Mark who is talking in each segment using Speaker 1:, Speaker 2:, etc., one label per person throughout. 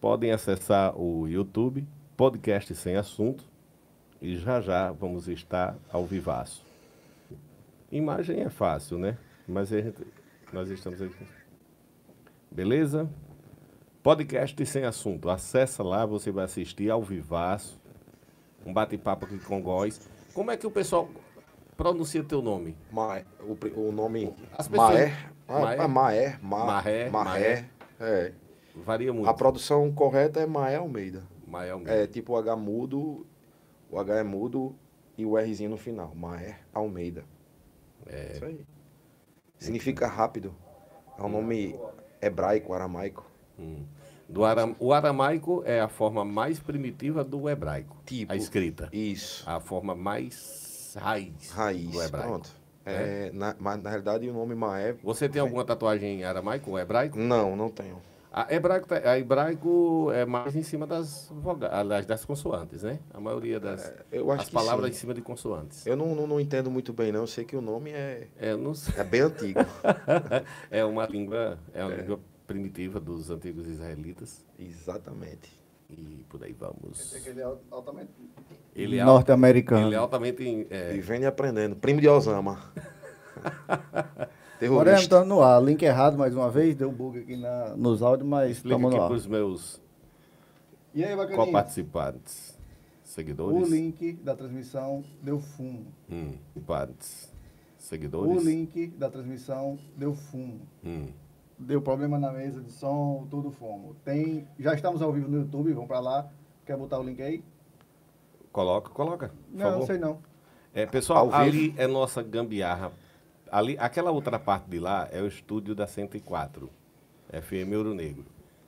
Speaker 1: podem acessar o YouTube, podcast sem assunto, e já já vamos estar ao vivaço. Imagem é fácil, né? Mas a gente- nós estamos aqui. Beleza? Podcast sem assunto. Acessa lá, você vai assistir ao vivaço. Um bate-papo aqui com góis. Como é que o pessoal pronuncia teu nome?
Speaker 2: Maé, o, pri- o nome
Speaker 1: As pessoas-
Speaker 2: Maé, Maé,
Speaker 1: Maé.
Speaker 2: ah, Maé, Ma-
Speaker 1: Maré,
Speaker 2: Maré,
Speaker 1: Maré.
Speaker 2: é.
Speaker 1: Varia muito.
Speaker 2: A produção correta é Maé Almeida.
Speaker 1: Mael mesmo.
Speaker 2: É tipo o H mudo, o H é mudo e o Rzinho no final. Maé Almeida. É. Isso aí. Significa rápido. É um nome hebraico, aramaico.
Speaker 1: Do aram... O aramaico é a forma mais primitiva do hebraico.
Speaker 2: Tipo.
Speaker 1: A escrita.
Speaker 2: Isso.
Speaker 1: A forma mais raiz,
Speaker 2: Raiz.
Speaker 1: do hebraico.
Speaker 2: Pronto. É, na- mas na realidade o nome Maé.
Speaker 1: Você tem alguma tatuagem em aramaico ou hebraico?
Speaker 2: Não, não tenho.
Speaker 1: A hebraico, tá- a hebraico é mais em cima das voga- aliás, das consoantes, né? A maioria das
Speaker 2: É, eu acho
Speaker 1: as
Speaker 2: que
Speaker 1: palavras
Speaker 2: sim.
Speaker 1: em cima de consoantes.
Speaker 2: Eu não, não, não entendo muito bem, não. Eu sei que o nome é,
Speaker 1: É, não sei.
Speaker 2: é bem antigo.
Speaker 1: é uma língua, é uma língua primitiva dos antigos israelitas
Speaker 2: Exatamente.
Speaker 1: e por aí vamos.
Speaker 3: Ele é altamente.
Speaker 1: Ele é, al-
Speaker 4: norte-americano.
Speaker 1: ele é altamente é,
Speaker 2: Vivendo e aprendendo. Primo de Osama.
Speaker 4: Agora
Speaker 3: é,
Speaker 2: Terrorista.
Speaker 3: então,
Speaker 4: estamos no ar. Link errado mais uma vez, deu um bug aqui na, nos áudios, mas
Speaker 1: explica
Speaker 4: estamos
Speaker 1: aqui
Speaker 4: no
Speaker 1: para
Speaker 4: ar.
Speaker 1: os meus
Speaker 4: E aí, bacaninha?
Speaker 1: coparticipantes,
Speaker 4: O
Speaker 1: seguidores.
Speaker 4: link da transmissão deu fumo.
Speaker 1: Hum, partes.
Speaker 4: O
Speaker 1: Seguidores.
Speaker 4: link da transmissão deu fumo.
Speaker 1: Hum.
Speaker 4: Deu problema na mesa de som, todo fumo. Tem, já estamos ao vivo no YouTube, vão pra lá. Quer botar o link aí?
Speaker 1: Coloca, coloca. por
Speaker 4: Não,
Speaker 1: favor.
Speaker 4: não sei não.
Speaker 1: É, pessoal,
Speaker 2: Ao
Speaker 1: ali é nossa gambiarra. Ali, aquela outra parte de lá é o estúdio da 104, FM Ouro Negro.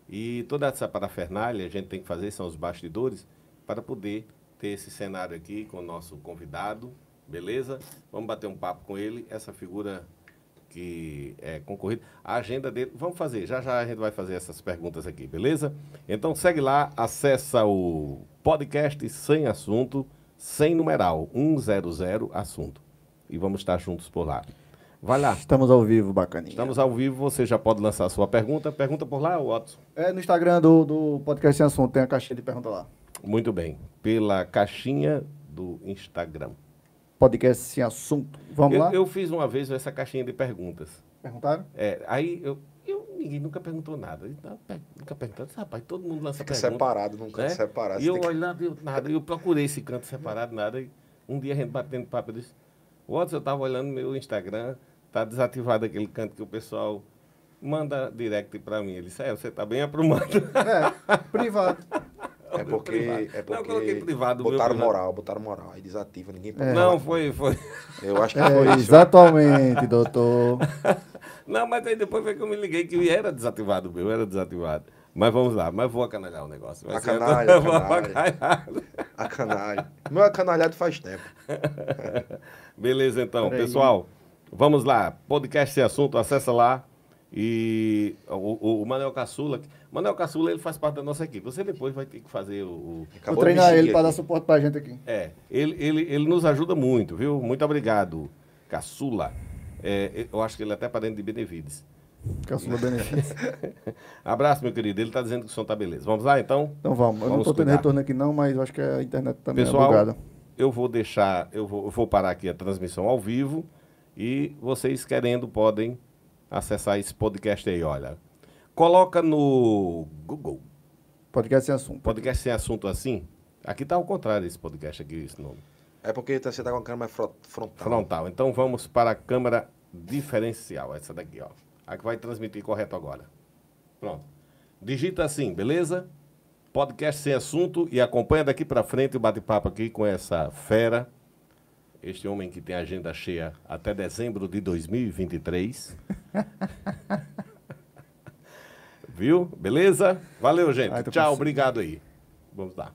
Speaker 1: E toda essa parafernália a gente tem que fazer, são os bastidores, para poder ter esse cenário aqui com o nosso convidado, beleza? Vamos bater um papo com ele, essa figura que é concorrida. A agenda dele, vamos fazer, já já a gente vai fazer essas perguntas aqui, beleza? Então segue lá, acessa o podcast sem assunto, sem numeral, 100 assunto. E vamos estar juntos por lá. Vai lá.
Speaker 4: Estamos ao vivo, bacaninha.
Speaker 1: Estamos ao vivo, você já pode lançar a sua pergunta. Pergunta por lá, Watson.
Speaker 4: É no Instagram do, do Podcast Sem Assunto, tem a caixinha de pergunta lá.
Speaker 1: Muito bem. Pela caixinha do Instagram.
Speaker 4: Podcast Sem Assunto. Vamos
Speaker 1: eu,
Speaker 4: lá?
Speaker 1: eu fiz uma vez essa caixinha de perguntas.
Speaker 4: Perguntaram?
Speaker 1: É, aí eu, eu- ninguém nunca perguntou nada. Eu tava per- Nunca perguntando, rapaz, todo mundo lança
Speaker 2: Fica
Speaker 1: pergunta.
Speaker 2: separado, num canto
Speaker 1: né?
Speaker 2: separado.
Speaker 1: E
Speaker 2: Você
Speaker 1: eu
Speaker 2: tem que-
Speaker 1: olhando, eu, nada, eu procurei esse canto separado, nada. E um dia a gente batendo papo, eu disse, Watson, eu estava olhando meu Instagram, tá desativado aquele canto que o pessoal manda direct para mim. Ele disse, é, você tá bem aprumado.
Speaker 4: É, privado.
Speaker 2: É porque,
Speaker 1: Privado.
Speaker 2: é
Speaker 1: Não, eu coloquei
Speaker 2: porque
Speaker 1: privado, meu
Speaker 2: botaram
Speaker 1: privado. É.
Speaker 2: moral, botaram moral. Aí desativa, ninguém pode falar.
Speaker 1: Não, foi, foi.
Speaker 2: Eu acho que foi
Speaker 4: É,
Speaker 2: isso.
Speaker 4: exatamente, doutor.
Speaker 1: Não, mas aí depois foi que eu me liguei que era desativado o meu, era desativado. Mas vamos lá, mas vou acanalhar o negócio. Vai ser-
Speaker 2: Acanalha,
Speaker 1: vou
Speaker 2: acanalha.
Speaker 1: acanalhar.
Speaker 2: A canalha. Meu é canalhado faz tempo.
Speaker 1: Beleza, então,
Speaker 4: Peraí.
Speaker 1: pessoal, vamos lá. Podcast Sem Assunto, acessa lá. E o, o, o Manuel Caçula. Manuel Caçula, ele faz parte da nossa equipe. Você depois vai ter que fazer o.
Speaker 4: Vou
Speaker 1: o-
Speaker 2: Acabou de me
Speaker 4: treinar
Speaker 2: seguir
Speaker 4: ele para dar
Speaker 2: aqui.
Speaker 4: suporte pra gente aqui.
Speaker 1: É, ele, ele, ele nos ajuda muito, viu? Muito obrigado, Caçula. É, eu acho que ele é até parente de Benevides.
Speaker 4: Caçula é benefício.
Speaker 1: Abraço, meu querido. Ele está dizendo que o som tá beleza. Vamos lá, então?
Speaker 4: Então vamos. Eu não
Speaker 1: Vamos
Speaker 4: tô tendo
Speaker 1: cuidar.
Speaker 4: retorno aqui não, mas eu acho que a internet
Speaker 3: Tá
Speaker 4: também é
Speaker 1: Pessoal,
Speaker 4: bugada.
Speaker 1: eu vou deixar, eu vou, eu vou parar aqui a transmissão ao vivo e vocês querendo podem acessar esse podcast aí, olha. Coloca no Google,
Speaker 4: Podcast sem assunto.
Speaker 1: podcast sem assunto assim. Aqui tá ao contrário esse podcast aqui, esse nome.
Speaker 2: É porque você tá com a câmera fro- frontal.
Speaker 1: Frontal. Então vamos para a câmera diferencial, essa daqui, ó. A que vai transmitir correto agora. Pronto. Digita assim, beleza? Podcast sem assunto e acompanha daqui para frente o bate-papo aqui com essa fera. Este homem que tem agenda cheia até dezembro de 2023. Viu? Beleza? Valeu, gente.
Speaker 4: Ai, tô
Speaker 1: Tchau,
Speaker 4: com sede.
Speaker 1: obrigado aí. Vamos lá.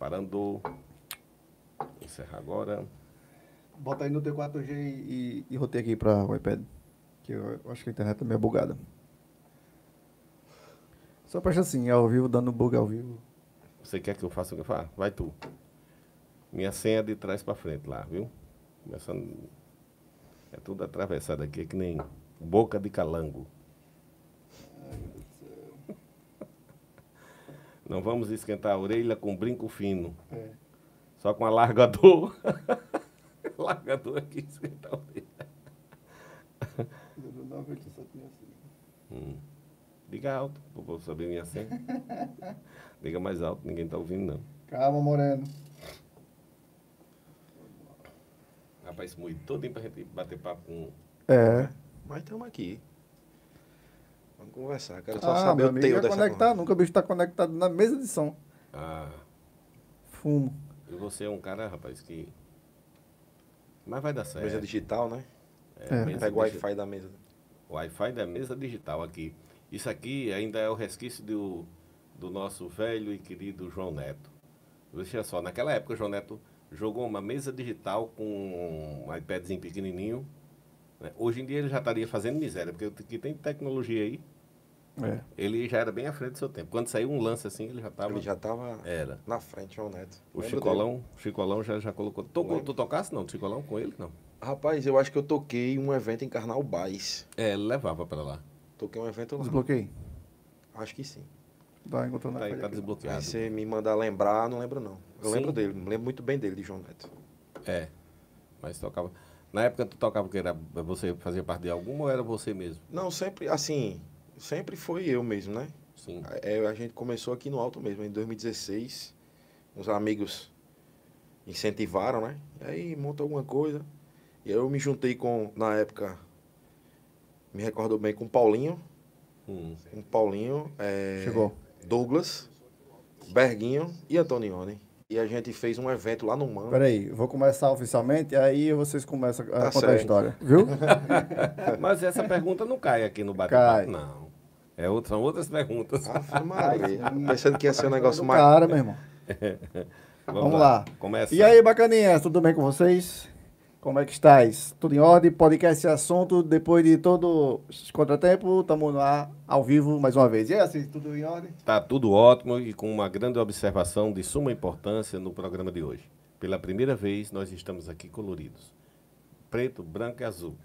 Speaker 1: Parando. Encerrar agora.
Speaker 4: Bota aí no teu 4G e, e rotei aqui para o iPad. Que eu, eu acho que a internet também é bugada. Só presta assim, ao vivo, dando bug ao vivo.
Speaker 1: Você quer que eu faça o que eu faço? Vai tu. Minha senha é de trás pra frente lá, viu? Começando. É tudo atravessado aqui, é que nem boca de calango. Não vamos esquentar a orelha com brinco fino.
Speaker 4: É.
Speaker 1: Só com alargador. alargador aqui esquentar a orelha.
Speaker 4: 098765.
Speaker 1: Hum. Diga alto, para o povo saber minha senha. Diga mais alto, ninguém está ouvindo, não.
Speaker 4: Calma, Moreno.
Speaker 1: Rapaz, esse moído todo para gente bater papo com.
Speaker 3: É.
Speaker 2: Mas estamos aqui. Vamos conversar. Quero só
Speaker 3: Ah,
Speaker 2: saber
Speaker 3: meu
Speaker 2: o
Speaker 3: amigo,
Speaker 2: teu
Speaker 4: é
Speaker 3: não
Speaker 2: dessa
Speaker 3: conectar
Speaker 2: conversa.
Speaker 3: nunca. O bicho tá conectado na mesa de som.
Speaker 1: Ah,
Speaker 3: Fumo.
Speaker 1: e você é um cara, rapaz, que. Mas vai dar certo.
Speaker 2: Mesa digital, né?
Speaker 3: É.
Speaker 1: mesa
Speaker 2: Pega o
Speaker 1: digi-
Speaker 2: Wi-Fi da mesa.
Speaker 1: Wi-Fi da mesa digital aqui. Isso aqui ainda é o resquício do, do nosso velho e querido João Neto. Veja só, naquela época o João Neto jogou uma mesa digital com um iPadzinho pequenininho. né? Hoje em dia ele já estaria fazendo miséria, porque o que tem de tecnologia aí,
Speaker 3: É.
Speaker 1: ele já era bem à frente do seu tempo. Quando saiu um lance assim, ele já estava...
Speaker 2: Ele já tava
Speaker 1: Era.
Speaker 2: na frente, João Neto.
Speaker 1: O
Speaker 2: Lembro dele.
Speaker 1: Chicolão, o Chicolão já, já colocou... Tu,
Speaker 2: Lembro.
Speaker 1: tu tocasse não, Chicolão com ele não?
Speaker 2: Rapaz, eu acho que eu toquei um evento em Carnaubais.
Speaker 1: É, ele levava para lá.
Speaker 2: Toquei um evento lá.
Speaker 3: Desbloqueei.
Speaker 2: Acho que sim.
Speaker 3: Tá encontrando
Speaker 1: Tá,
Speaker 3: a
Speaker 1: aí, tá
Speaker 3: folha aqui.
Speaker 1: desbloqueado.
Speaker 2: Aí você me mandar lembrar, não lembro não. Eu
Speaker 1: Sim.
Speaker 2: lembro dele, lembro muito bem dele, de João Neto.
Speaker 1: É, mas tocava. Na época tu tocava porque era você fazia parte de alguma ou era você mesmo?
Speaker 2: Não, sempre, assim, sempre foi eu mesmo, né?
Speaker 1: Sim.
Speaker 2: É, a gente começou aqui no alto mesmo, em 2016. Uns amigos incentivaram, né? E aí monta alguma coisa. E aí eu me juntei com, na época, me recordo bem, com Paulinho.
Speaker 1: Hum.
Speaker 2: Com Paulinho, é,
Speaker 3: Chegou.
Speaker 2: Douglas, Berguinho e Antonioni. E a gente fez um evento lá no Mano.
Speaker 3: Peraí, eu vou começar oficialmente, aí vocês começam a
Speaker 2: Tá
Speaker 3: contar a
Speaker 2: certo.
Speaker 3: história. Viu?
Speaker 1: É, Mas essa pergunta não cai Ah, aqui no
Speaker 3: Cai.
Speaker 1: bate-papo, não. É outra- são outras perguntas.
Speaker 2: Ah, Ave Maria. Pensando que ia ser um negócio
Speaker 3: Do
Speaker 2: mais.
Speaker 3: cara, meu irmão. Vamos lá.
Speaker 1: Começa.
Speaker 3: E aí, bacaninhas, tudo bem com vocês? Como é que estáis? Tudo em ordem? Podcast e assunto, depois de todo esse contratempo, estamos lá ao vivo mais uma vez. E é
Speaker 4: E
Speaker 3: aí,
Speaker 4: assim, tudo em ordem?
Speaker 1: Tá tudo ótimo e com uma grande observação de suma importância no programa de hoje. Pela primeira vez nós estamos aqui coloridos. Preto, branco e azul.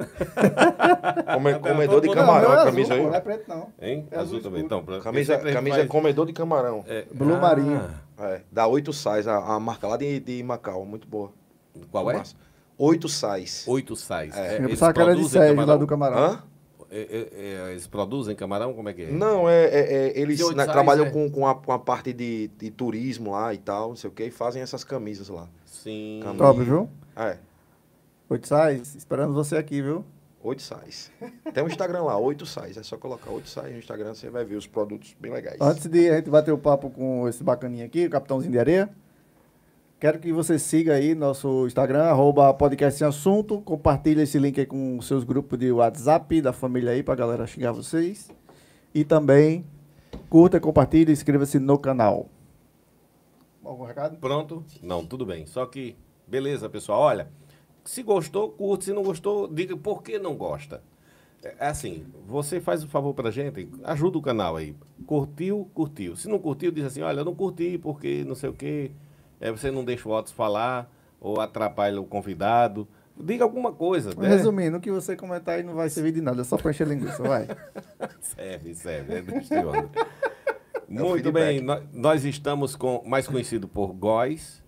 Speaker 2: Come- comedor de
Speaker 1: Não,
Speaker 2: camarão,
Speaker 4: não, é
Speaker 2: a
Speaker 4: azul,
Speaker 2: camisa
Speaker 4: pô, Não
Speaker 3: né,
Speaker 4: é
Speaker 2: aí.
Speaker 4: preto, não.
Speaker 1: Hein?
Speaker 4: É
Speaker 1: azul,
Speaker 4: azul
Speaker 1: também.
Speaker 4: escuro.
Speaker 1: Então, branco.
Speaker 2: Camisa,
Speaker 1: Sempre a gente
Speaker 2: camisa
Speaker 1: faz-
Speaker 2: comedor de camarão.
Speaker 1: É,
Speaker 3: Blue
Speaker 1: ah,
Speaker 3: marinho.
Speaker 2: É, da Oito Sais, a, a marca lá de, de Macau, muito boa.
Speaker 1: Qual é?
Speaker 2: Massa. Oito Sais.
Speaker 1: Oito sais. É,
Speaker 3: eu
Speaker 1: eles
Speaker 3: pensava que era de
Speaker 1: produzem
Speaker 3: Sérgio lá
Speaker 1: camarão?
Speaker 3: do Camarão.
Speaker 2: Hã?
Speaker 1: É, é, é, eles produzem camarão? Como é que é?
Speaker 2: Não, é, é- é, eles
Speaker 1: De Oito
Speaker 2: na-
Speaker 1: Sais,
Speaker 2: trabalham
Speaker 1: é.
Speaker 2: com, com, a, com a parte de, de turismo lá e tal, não sei o que, e fazem essas camisas lá.
Speaker 1: Sim.
Speaker 2: Camarão.
Speaker 3: Top, viu?
Speaker 2: É,
Speaker 3: Oito sais, esperando você aqui, viu?
Speaker 2: Oito Sais. Tem um Instagram lá, Oito Sais, é só colocar Oito Sais no Instagram, você vai ver os produtos bem legais.
Speaker 3: Antes de a gente bater o papo com esse bacaninha aqui, o Capitãozinho de Areia, quero que você siga aí nosso Instagram, arroba podcast sem assunto, compartilha esse link aí com os seus grupos de WhatsApp, da família aí, pra galera xingar vocês. E também curta, compartilha e inscreva-se no canal.
Speaker 4: Algum recado?
Speaker 1: Pronto? Não, tudo bem. Só que, beleza, pessoal. Olha, se gostou, curte. Se não gostou, diga por que não gosta. É é assim, você faz o favor pra gente, ajuda o canal aí. Curtiu, curtiu. Se não curtiu, diz assim, olha, eu não curti porque não sei o quê. É, você não deixa o Otis falar ou atrapalha o convidado. Diga alguma coisa.
Speaker 2: É.
Speaker 1: né?
Speaker 3: Resumindo, o que você comentar aí não vai servir de nada, é só pra encher linguiça, vai.
Speaker 1: Serve, serve. É deste ano. Muito
Speaker 2: feedback.
Speaker 1: bem, nó- nós estamos com mais conhecido por Góis,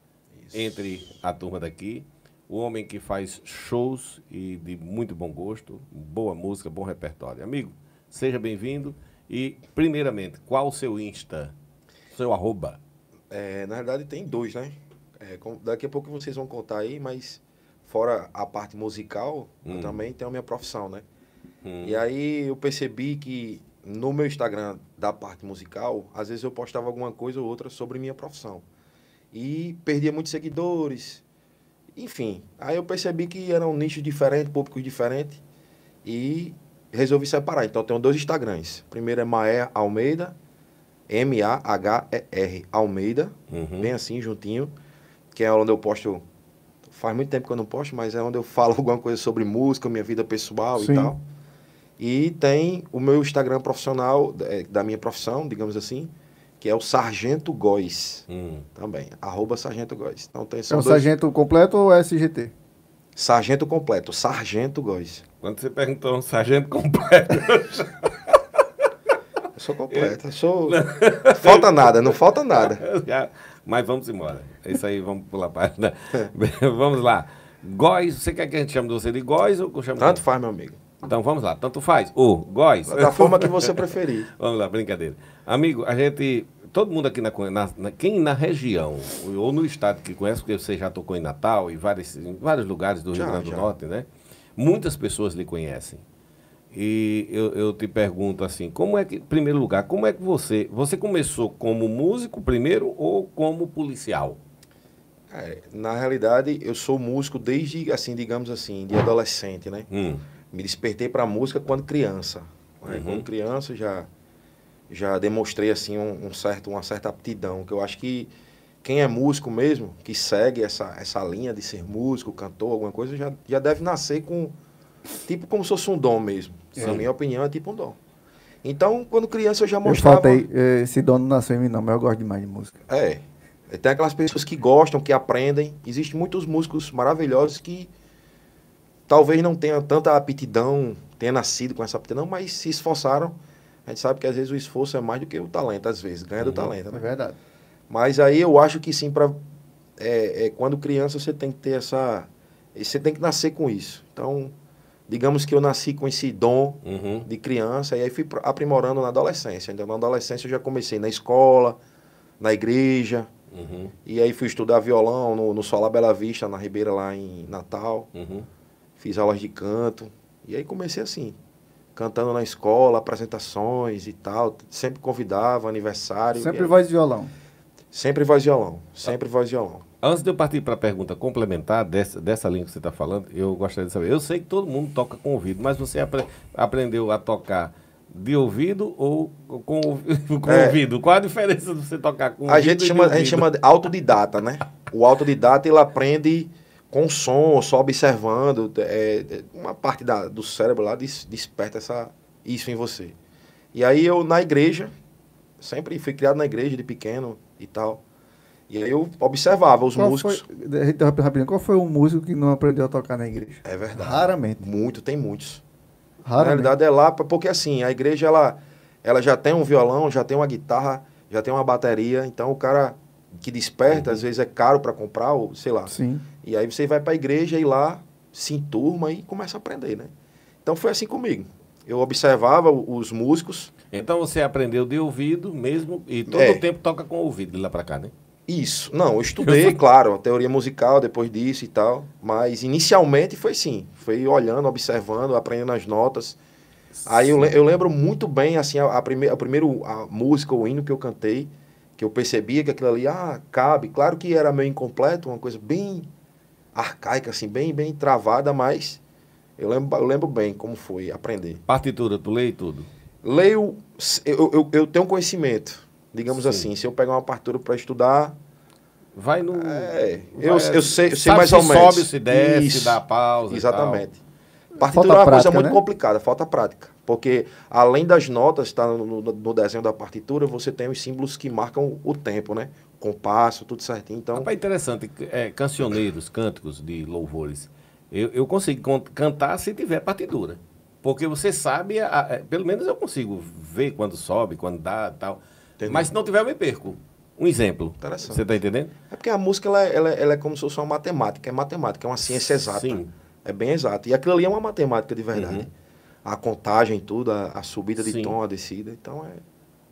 Speaker 1: entre a turma daqui. O homem que faz shows e de muito bom gosto, boa música, bom repertório. Amigo, seja bem-vindo. E, primeiramente, qual o seu Insta? Seu arroba?
Speaker 2: É, na verdade tem dois, né? É, com- daqui a pouco vocês vão contar aí, mas fora a parte musical, eu também tenho a minha profissão, né?
Speaker 1: Hum,
Speaker 2: E aí eu percebi que no meu Instagram da parte musical, às vezes eu postava alguma coisa ou outra sobre minha profissão. E perdia muitos seguidores. Enfim, aí eu percebi que era um nicho diferente, públicos diferentes. E resolvi separar. Então eu tenho dois Instagrams. O primeiro é Maer Almeida, M-A-H-E-R Almeida,
Speaker 1: Uhum.
Speaker 2: bem assim, juntinho, que é onde eu posto. Faz muito tempo que eu não posto, mas é onde eu falo alguma coisa sobre música, minha vida pessoal
Speaker 3: Sim.
Speaker 2: e tal. E tem o meu Instagram profissional, eh, da minha profissão, digamos assim, que é o Sargento Góes
Speaker 1: Hum.
Speaker 2: também, arroba Sargento Góes. Então tem
Speaker 3: É
Speaker 2: são
Speaker 3: um
Speaker 2: dois-
Speaker 3: sargento completo ou é SGT?
Speaker 2: Sargento completo, Sargento Góes.
Speaker 1: Quando você perguntou um sargento completo,
Speaker 2: Eu Sou completo. Sou... falta nada, não falta nada.
Speaker 1: Mas vamos embora. É Isso aí, vamos pular a página. vamos lá. Góis, você quer que a gente chame você de Góis ou que eu chamo
Speaker 2: Tanto Tá
Speaker 1: de...
Speaker 2: faz, meu amigo.
Speaker 1: Então vamos lá, tanto faz. O Góis.
Speaker 2: Da forma que você preferir.
Speaker 1: Vamos lá, brincadeira. Amigo, a gente. Todo mundo aqui na, co- na- na- Quem na região ou no estado que conhece, porque você já tocou em Natal e vários, em vários lugares do Rio
Speaker 2: Já,
Speaker 1: Grande do
Speaker 2: já.
Speaker 1: Norte, né? Muitas pessoas lhe conhecem. E eu, eu te pergunto assim, como é que, em primeiro lugar, como é que você. Você começou como músico primeiro ou como policial?
Speaker 2: É, na realidade, eu sou músico desde, assim, digamos assim, de adolescente, né?
Speaker 1: Hum,
Speaker 2: Me despertei para música quando criança. né?
Speaker 1: Uhum.
Speaker 2: Quando criança já já demonstrei assim um, um certo uma certa aptidão que eu acho que quem é músico mesmo, que segue essa, essa linha de ser músico, cantor, alguma coisa, já, já deve nascer com tipo como se fosse um dom mesmo. Na
Speaker 1: Sim.
Speaker 2: minha opinião, é tipo um dom. Então, quando criança eu já
Speaker 3: Eu
Speaker 2: mostrava
Speaker 3: faltei, eh, esse dono não nasceu em mim não, mas eu gosto demais de música.
Speaker 2: é. Tem aquelas pessoas que gostam, que aprendem. Existem muitos músicos maravilhosos que talvez não tenham tanta aptidão, tenha nascido com essa aptidão, mas se esforçaram. A gente sabe que às vezes o esforço é mais do que o talento, às vezes, ganha do talento.
Speaker 4: É
Speaker 2: Né?
Speaker 4: verdade.
Speaker 2: Mas aí eu acho que sim, pra, é, é, quando criança você tem que ter essa. Você tem que nascer com isso. Então, digamos que eu nasci com esse dom
Speaker 1: uhum.
Speaker 2: de criança e aí fui pro- aprimorando na adolescência. Então, na adolescência eu já comecei na escola, na igreja.
Speaker 1: Uhum,
Speaker 2: E aí fui estudar violão no, no Solar Bela Vista, na Ribeira, lá em Natal.
Speaker 1: uhum.
Speaker 2: Fiz aulas de canto. E aí comecei assim, cantando na escola, apresentações e tal. Sempre convidava, aniversário. e
Speaker 3: Sempre
Speaker 2: aí-
Speaker 3: voz de violão.
Speaker 2: Sempre voz e violão. Sempre voz e violão.
Speaker 1: Antes de eu partir para a pergunta complementar dessa, dessa linha que você está falando, eu gostaria de saber. Eu sei que todo mundo toca com ouvido, mas você apre- aprendeu a tocar de ouvido ou com, o- com
Speaker 2: É.
Speaker 1: ouvido? Qual a diferença de você tocar
Speaker 3: Um
Speaker 1: com
Speaker 2: A
Speaker 1: ouvido?
Speaker 2: gente,
Speaker 1: e de
Speaker 2: chama, a gente
Speaker 1: ouvido?
Speaker 2: chama de autodidata, né? O autodidata, ele aprende com som, só observando. é, é, uma parte da- do cérebro lá des- desperta essa, isso em você. E aí eu, na igreja, sempre fui criado na igreja de pequeno e tal. E aí eu observava os
Speaker 3: Qual
Speaker 2: músicos.
Speaker 3: Foi, eh, interrompendo rapidinho, qual foi o músico que não aprendeu a tocar na igreja?
Speaker 2: É verdade.
Speaker 3: Raramente.
Speaker 2: Muito, tem muitos. Na
Speaker 3: Raramente.
Speaker 2: realidade é lá, pra- porque assim, a igreja ela, ela já tem um violão, já tem uma guitarra, já tem uma bateria, então o cara que desperta, às vezes é caro pra comprar, ou sei lá.
Speaker 3: Sim.
Speaker 2: E aí você vai pra igreja e lá se enturma e começa a aprender, né? Então foi assim comigo. Eu observava o- os músicos,
Speaker 1: Então você aprendeu de ouvido mesmo e todo
Speaker 2: É.
Speaker 1: o tempo toca com o ouvido de lá para cá, né?
Speaker 2: isso. Não, eu estudei, claro, a teoria musical depois disso e tal, mas inicialmente foi sim, foi olhando, observando, aprendendo as notas. Aí eu, le- eu lembro muito bem, assim, a, a, prime, a primeira a música, o hino que eu cantei, que eu percebia que aquilo ali, ah, cabe. Claro que era meio incompleto, uma coisa bem arcaica, assim, bem, bem travada, mas eu lembro, eu lembro bem como foi aprender.
Speaker 1: Partitura, tu lê e tudo.
Speaker 2: Leio, s- eu, eu, eu tenho conhecimento, digamos
Speaker 1: Sim.
Speaker 2: assim, se eu pegar uma partitura para estudar,
Speaker 1: Vai no.
Speaker 2: é,
Speaker 1: vai-
Speaker 2: eu, eu sei, eu sei
Speaker 1: sabe
Speaker 2: mais
Speaker 1: se
Speaker 2: ou menos.
Speaker 1: Sobe, se desce,
Speaker 2: Isso.
Speaker 1: dá pausa. e tal.
Speaker 2: Exatamente. Partitura é uma
Speaker 3: Falta prática,
Speaker 2: coisa muito
Speaker 3: né?
Speaker 2: complicada, falta prática. Porque além das notas, tá no, no- no desenho da partitura, você tem os símbolos que marcam o tempo, né? Compasso, tudo certinho. Então,
Speaker 1: Rapaz, interessante. É, cancioneiros, cânticos de louvores. Eu, eu consigo con- cantar se tiver partitura. Porque você sabe, a- a- pelo menos eu consigo ver quando sobe, quando dá e tal.
Speaker 2: Entendi.
Speaker 1: Mas se não tiver, eu me perco. Um exemplo.
Speaker 2: Interessante.
Speaker 1: Você está entendendo?
Speaker 2: é porque a música ela, ela- ela é como se fosse uma matemática. É matemática, é uma ciência exata.
Speaker 1: Sim. Uhum.
Speaker 2: É bem exato. E aquilo ali é uma matemática de verdade. A contagem, tudo, a, a subida de
Speaker 1: Sim.
Speaker 2: tom, a descida. Então, é,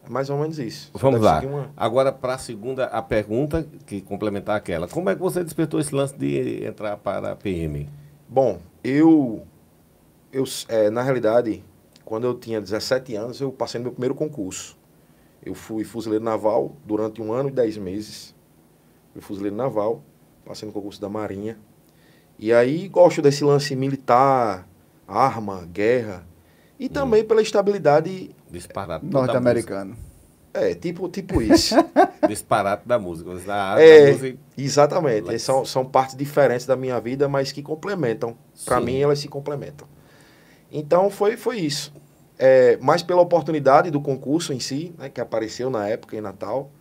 Speaker 2: é mais ou menos isso. Você
Speaker 1: Vamos
Speaker 2: deve
Speaker 1: lá.
Speaker 2: seguir uma-
Speaker 1: Agora, para a segunda, a pergunta que complementar aquela. Como é que você despertou esse lance de entrar para a PM?
Speaker 2: Bom, eu, eu eh, na realidade, quando eu tinha 17 anos, eu passei no meu primeiro concurso. Eu fui fuzileiro naval durante um ano e 10 meses. Fui fuzileiro naval, passei no concurso da Marinha. E aí gosto desse lance militar, arma, guerra. E também pela estabilidade,
Speaker 1: Disparate. da
Speaker 3: Norte-americano.
Speaker 2: é, tipo, tipo isso.
Speaker 1: música. Disparate da música. Você dá- da
Speaker 2: É,
Speaker 1: música e-
Speaker 2: Exatamente.
Speaker 1: Lex.
Speaker 2: São, são partes diferentes da minha vida, mas que complementam. Para
Speaker 1: Sim.
Speaker 2: mim, elas se complementam. Então, foi, foi isso. É, mas pela oportunidade do concurso em si, né, que apareceu na época em Natal.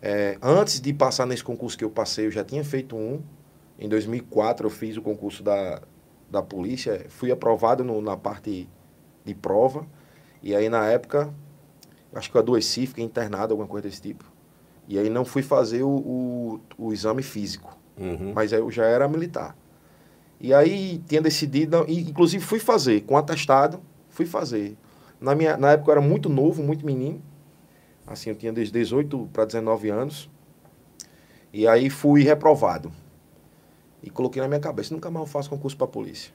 Speaker 2: É, antes de passar nesse concurso que eu passei, eu já tinha feito um. Em 2004, eu fiz o concurso da, da polícia. Fui aprovado no- na parte de prova. E aí, na época, acho que eu adoeci, fiquei internado, alguma coisa desse tipo. E aí não fui fazer o, o, o exame físico,
Speaker 1: Uhum.
Speaker 2: mas aí eu já era militar. E aí tinha decidido, e, inclusive fui fazer, com atestado, fui fazer. Na, minha, na época eu era muito novo, muito menino, assim, eu tinha desde 18 para 19 anos. E aí fui reprovado. E coloquei na minha cabeça, nunca mais eu faço concurso para polícia.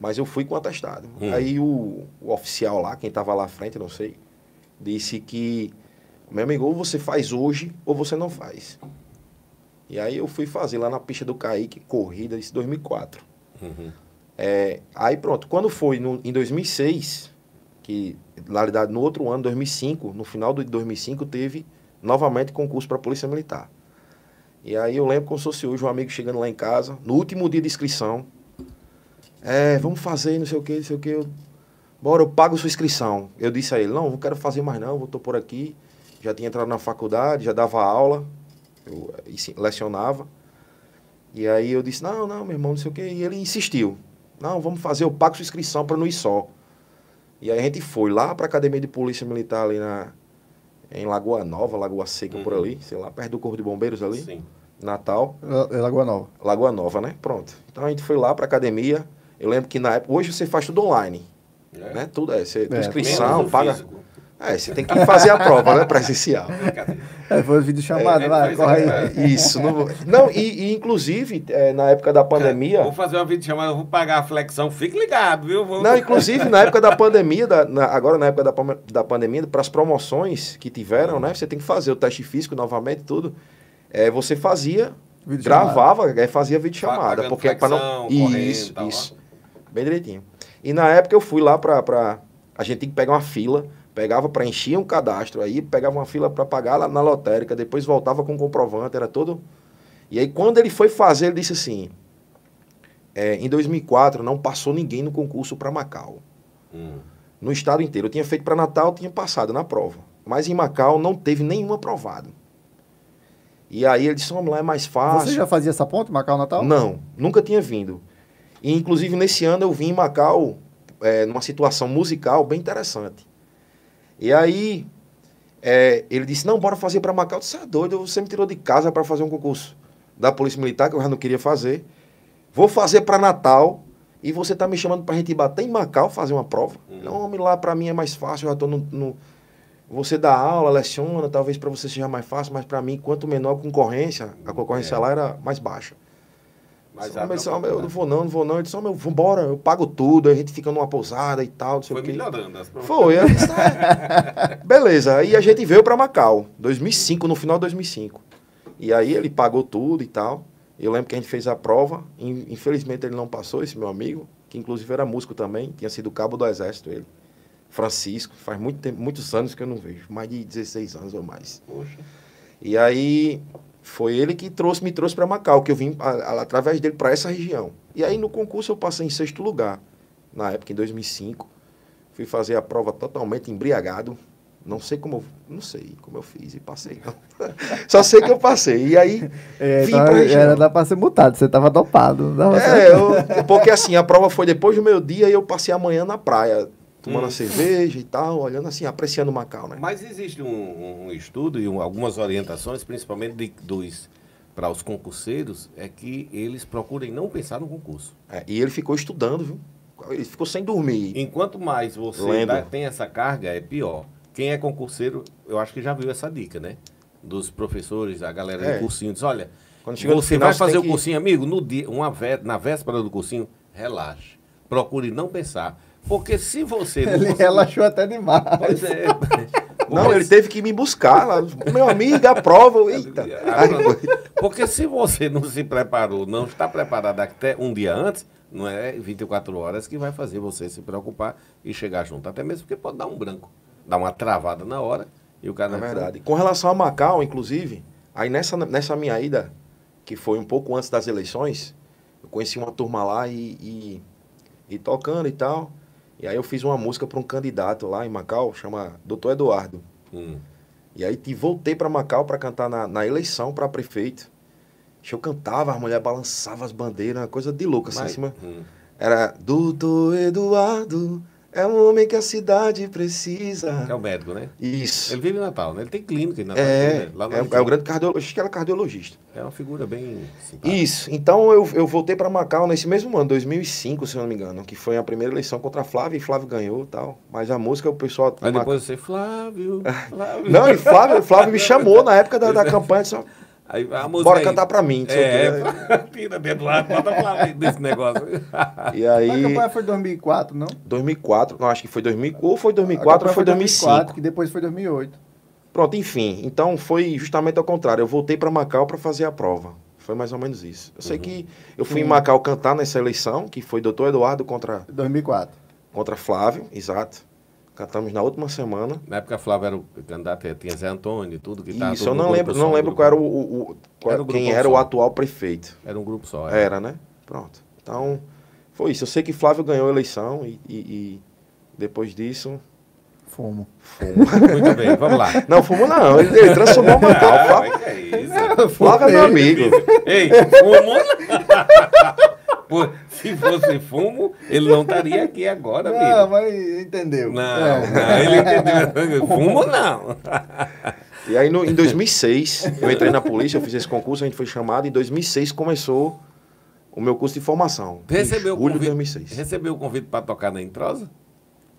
Speaker 2: Mas eu fui com atestado.
Speaker 1: Hum.
Speaker 2: Aí o, o oficial lá, quem estava lá à frente, eu não sei, disse que, meu amigo, ou você faz hoje ou você não faz. E aí eu fui fazer lá na pista do Caíque, corrida, isso em 2004.
Speaker 1: Uhum.
Speaker 2: É, aí pronto, quando foi no- em 2006, que na realidade no outro ano, 2005, no final de 2005 teve novamente concurso para a Polícia Militar. E aí eu lembro como se fosse hoje um amigo chegando lá em casa, no último dia de inscrição, é, vamos fazer, não sei o que, não sei o que, bora, eu pago sua inscrição. Eu disse a ele, não, não quero fazer mais não, estou por aqui, já tinha entrado na faculdade, já dava aula, eu eh, ensi- lecionava. E aí eu disse, não, não, meu irmão, não sei o quê. E ele insistiu. Não, vamos fazer, eu pago sua inscrição para não ir só. E aí a gente foi lá para a Academia de Polícia Militar ali na, em Lagoa Nova, Lagoa Seca, por ali, sei lá, perto do Corpo de Bombeiros ali,
Speaker 1: Sim.
Speaker 2: Natal.
Speaker 3: É Lagoa Nova.
Speaker 2: Lagoa Nova, né? Pronto. Então a gente foi lá para academia. Eu lembro que na época, hoje você faz tudo online,
Speaker 1: É.
Speaker 2: né? Tudo é, você,
Speaker 3: É,
Speaker 1: Menos
Speaker 2: inscrição,
Speaker 1: o
Speaker 2: paga.
Speaker 1: físico.
Speaker 2: É, você tem que fazer a prova, né? Presencial.
Speaker 1: Brincadeira.
Speaker 3: É, foi vídeo chamado
Speaker 1: É,
Speaker 3: lá,
Speaker 1: fez
Speaker 3: corre
Speaker 1: agora.
Speaker 3: aí.
Speaker 2: Isso. Não, não e, e inclusive, é, na época da
Speaker 1: É, Vou
Speaker 2: pandemia.
Speaker 1: fazer uma vídeo chamada, vou pagar a flexão. Fique ligado, viu? Vou...
Speaker 2: Não, inclusive na época da pandemia, da- na- agora na época da, pan- da pandemia, para as promoções que tiveram, né? Você tem que fazer o teste físico novamente, tudo. É, você fazia,
Speaker 3: Videochamada.
Speaker 2: gravava, é, fazia videochamada.
Speaker 1: Pagando
Speaker 2: Porque é para
Speaker 1: flexão,
Speaker 2: não.
Speaker 1: correndo,
Speaker 2: Isso,
Speaker 1: tá, ó.
Speaker 2: isso. Bem direitinho. E na época eu fui lá pra. pra... A gente tinha que pegar uma fila, pegava, preenchia um cadastro aí, pegava uma fila pra pagar lá na lotérica, depois voltava com o comprovante, era todo. E aí quando ele foi fazer, ele disse assim: é, em 2004 não passou ninguém no concurso pra Macau,
Speaker 1: Hum.
Speaker 2: no estado inteiro. Eu tinha feito pra Natal, tinha passado na prova. Mas em Macau não teve nenhum aprovado. E aí ele disse: vamos lá, é mais fácil.
Speaker 3: Você já fazia essa ponte, Macau Natal?
Speaker 2: Não, nunca tinha vindo. E, inclusive, nesse ano eu vim em Macau é, numa situação musical bem interessante. E aí é, ele disse, não, bora fazer para Macau. Eu disse, é doido, você me tirou de casa para fazer um concurso da Polícia Militar, que eu já não queria fazer. Vou fazer para Natal e você tá me chamando para a gente ir bater em Macau fazer uma prova. Não, homem, lá para mim é mais fácil, eu já tô no... no- Você dá aula, leciona, talvez para você seja mais fácil, mas para mim, quanto menor a concorrência, a concorrência lá era mais baixa. Mas,
Speaker 1: abre né?
Speaker 2: mas
Speaker 1: a
Speaker 2: homem, eu não
Speaker 1: oportunidade.
Speaker 2: vou não, não vou não. Ele disse, homem, eu vou embora, eu pago tudo, a gente fica numa pousada e tal, não sei
Speaker 1: Foi
Speaker 2: o quê.
Speaker 1: melhorando as promoções.
Speaker 2: Foi, eu disse, "Ah, Beleza, aí a gente veio pra Macau, 2005, no final de 2005. E aí ele pagou tudo e tal. Eu lembro que a gente fez a prova, in- infelizmente ele não passou, esse meu amigo, que inclusive era músico também, tinha sido cabo do exército ele. Francisco, faz muito tempo, muitos anos que eu não vejo, mais de 16 anos ou mais.
Speaker 1: Poxa.
Speaker 2: E aí foi ele que trouxe, me trouxe para Macau, que eu vim a- a- através dele para essa região. E aí no concurso eu passei em sexto lugar, na época em 2005. Fui fazer a prova totalmente embriagado. Não sei como, eu- não sei como eu fiz e passei. não. Só sei que eu passei. E aí
Speaker 3: É,
Speaker 2: vim
Speaker 3: então
Speaker 2: pra região.
Speaker 3: era dá pra ser multado, você tava dopado. Não dava certo.
Speaker 2: É, eu- porque assim, a prova foi depois do meio-dia e eu passei a manhã na praia, tomando a cerveja e tal, olhando assim, apreciando Macau, né?
Speaker 1: Mas existe um, um estudo e um- algumas orientações, principalmente de- dos para os concurseiros, é que eles procurem não pensar no concurso.
Speaker 2: É, e ele ficou estudando, viu? Ele ficou sem dormir.
Speaker 1: Enquanto mais você
Speaker 2: Lendo.
Speaker 1: dá- tem essa carga, é pior. Quem é concurseiro, eu acho que já viu essa dica, né? Dos professores, a galera
Speaker 2: É.
Speaker 1: do cursinho, diz, olha,
Speaker 2: Quando chega no
Speaker 1: você
Speaker 2: final,
Speaker 1: vai
Speaker 2: você
Speaker 1: fazer
Speaker 2: tem
Speaker 1: o
Speaker 2: que-
Speaker 1: cursinho, amigo, no dia, uma vé- na véspera do cursinho, relaxe. Procure não pensar. Porque se você não
Speaker 3: Ele
Speaker 1: conseguir-
Speaker 3: relaxou até demais.
Speaker 1: Pois é.
Speaker 2: Não, ele teve que me buscar lá. Meu amigo, a prova. eu- Eita.
Speaker 1: Ah, não. Porque se você não se preparou, não está preparado até um dia antes, não é 24 horas que vai fazer você se preocupar e chegar junto. Até mesmo porque pode dar um branco, dar uma travada na hora e o cara...
Speaker 2: É
Speaker 1: vai-
Speaker 2: verdade. Com relação a Macau, inclusive, aí nessa, nessa minha ida, que foi um pouco antes das eleições, eu conheci uma turma lá e, e, e tocando e tal. E aí eu fiz uma música para um candidato lá em Macau, chama Doutor Eduardo.
Speaker 1: Hum.
Speaker 2: E aí te- voltei para Macau para cantar na, na eleição para prefeito. Eu cantava, as mulheres
Speaker 1: hum,
Speaker 2: balançavam as bandeiras, uma coisa de louco assim em
Speaker 1: Mas-
Speaker 2: cima.
Speaker 1: hum.
Speaker 2: Era Doutor Eduardo, É um homem que a cidade precisa.
Speaker 1: É o médico, né?
Speaker 2: Isso.
Speaker 1: Ele vive em Natal, né? Ele tem clínica em Natal.
Speaker 2: É,
Speaker 1: né? Lá no
Speaker 2: é,
Speaker 1: Argentina.
Speaker 2: é o grande cardiologista, que era cardiologista.
Speaker 1: É uma figura bem simpática.
Speaker 2: Isso. Então eu, eu voltei para Macau nesse mesmo ano, 2005, se eu não me engano, que foi a primeira eleição contra Flávio e Flávio ganhou e tal. Mas a música, o pessoal.
Speaker 1: Aí depois você, Flávio, Flávio.
Speaker 2: Não, e Flávio, Flávio me chamou na época da, da campanha. Disse, "Ó,
Speaker 1: Aí, a é. música
Speaker 2: Bora
Speaker 1: aí.
Speaker 2: cantar pra mim. não sei o
Speaker 1: É,
Speaker 2: quê.
Speaker 1: é, tira dedo lá, bota Flávio desse negócio.
Speaker 2: E
Speaker 4: A
Speaker 2: aí,
Speaker 4: campanha foi 2004, não?
Speaker 2: 2004, não, acho que foi 2000, ou foi
Speaker 4: A
Speaker 2: 2004
Speaker 4: campanha
Speaker 2: ou foi 2005.
Speaker 4: que depois foi 2008.
Speaker 2: Pronto, enfim. Então foi justamente ao contrário. Eu voltei para Macau para fazer a prova. Foi mais ou menos isso. Eu sei
Speaker 1: Uhum.
Speaker 2: que eu fui em Macau cantar nessa eleição, que foi Doutor Eduardo contra,
Speaker 4: 2004.
Speaker 2: contra Flávio, exato. Cantamos na última semana.
Speaker 1: Na época, Flávio era o candidato, eh, tinha Zé Antônio e tá tudo que tava.
Speaker 2: Isso,
Speaker 1: todo
Speaker 2: eu não
Speaker 1: no
Speaker 2: lembro,
Speaker 1: grupo só,
Speaker 2: não
Speaker 1: no
Speaker 2: lembro
Speaker 1: grupo.
Speaker 2: qual era o, o- o- qual-
Speaker 1: Era o
Speaker 2: quem
Speaker 1: grupão
Speaker 2: era o
Speaker 1: só.
Speaker 2: atual prefeito.
Speaker 1: Era um grupo só. era.
Speaker 2: Era, né? Pronto. Então, foi isso. Eu sei que Flávio ganhou a eleição e, e- e depois disso,
Speaker 3: Fumo.
Speaker 2: fumo.
Speaker 1: Muito bem, vamos lá.
Speaker 2: Não, fumo não. Ele, ele transformou Macau. Flávio,
Speaker 1: que é isso?
Speaker 2: Flávio é meu amigo.
Speaker 1: Ei, fumo. Pô, se fosse fumo, ele não estaria aqui agora,
Speaker 4: Não,
Speaker 3: Ah,
Speaker 1: amigo.
Speaker 4: mas entendeu.
Speaker 1: Não,
Speaker 4: É.
Speaker 1: não, ele entendeu. Fumo não.
Speaker 2: E aí, no- em 2006, eu entrei na polícia, eu fiz esse concurso, a gente foi chamado. Em 2006 começou o meu curso de formação.
Speaker 1: Recebeu
Speaker 2: em
Speaker 1: o
Speaker 2: julho de
Speaker 1: convite.
Speaker 2: 2006.
Speaker 1: Recebeu o convite para tocar na Entrosa?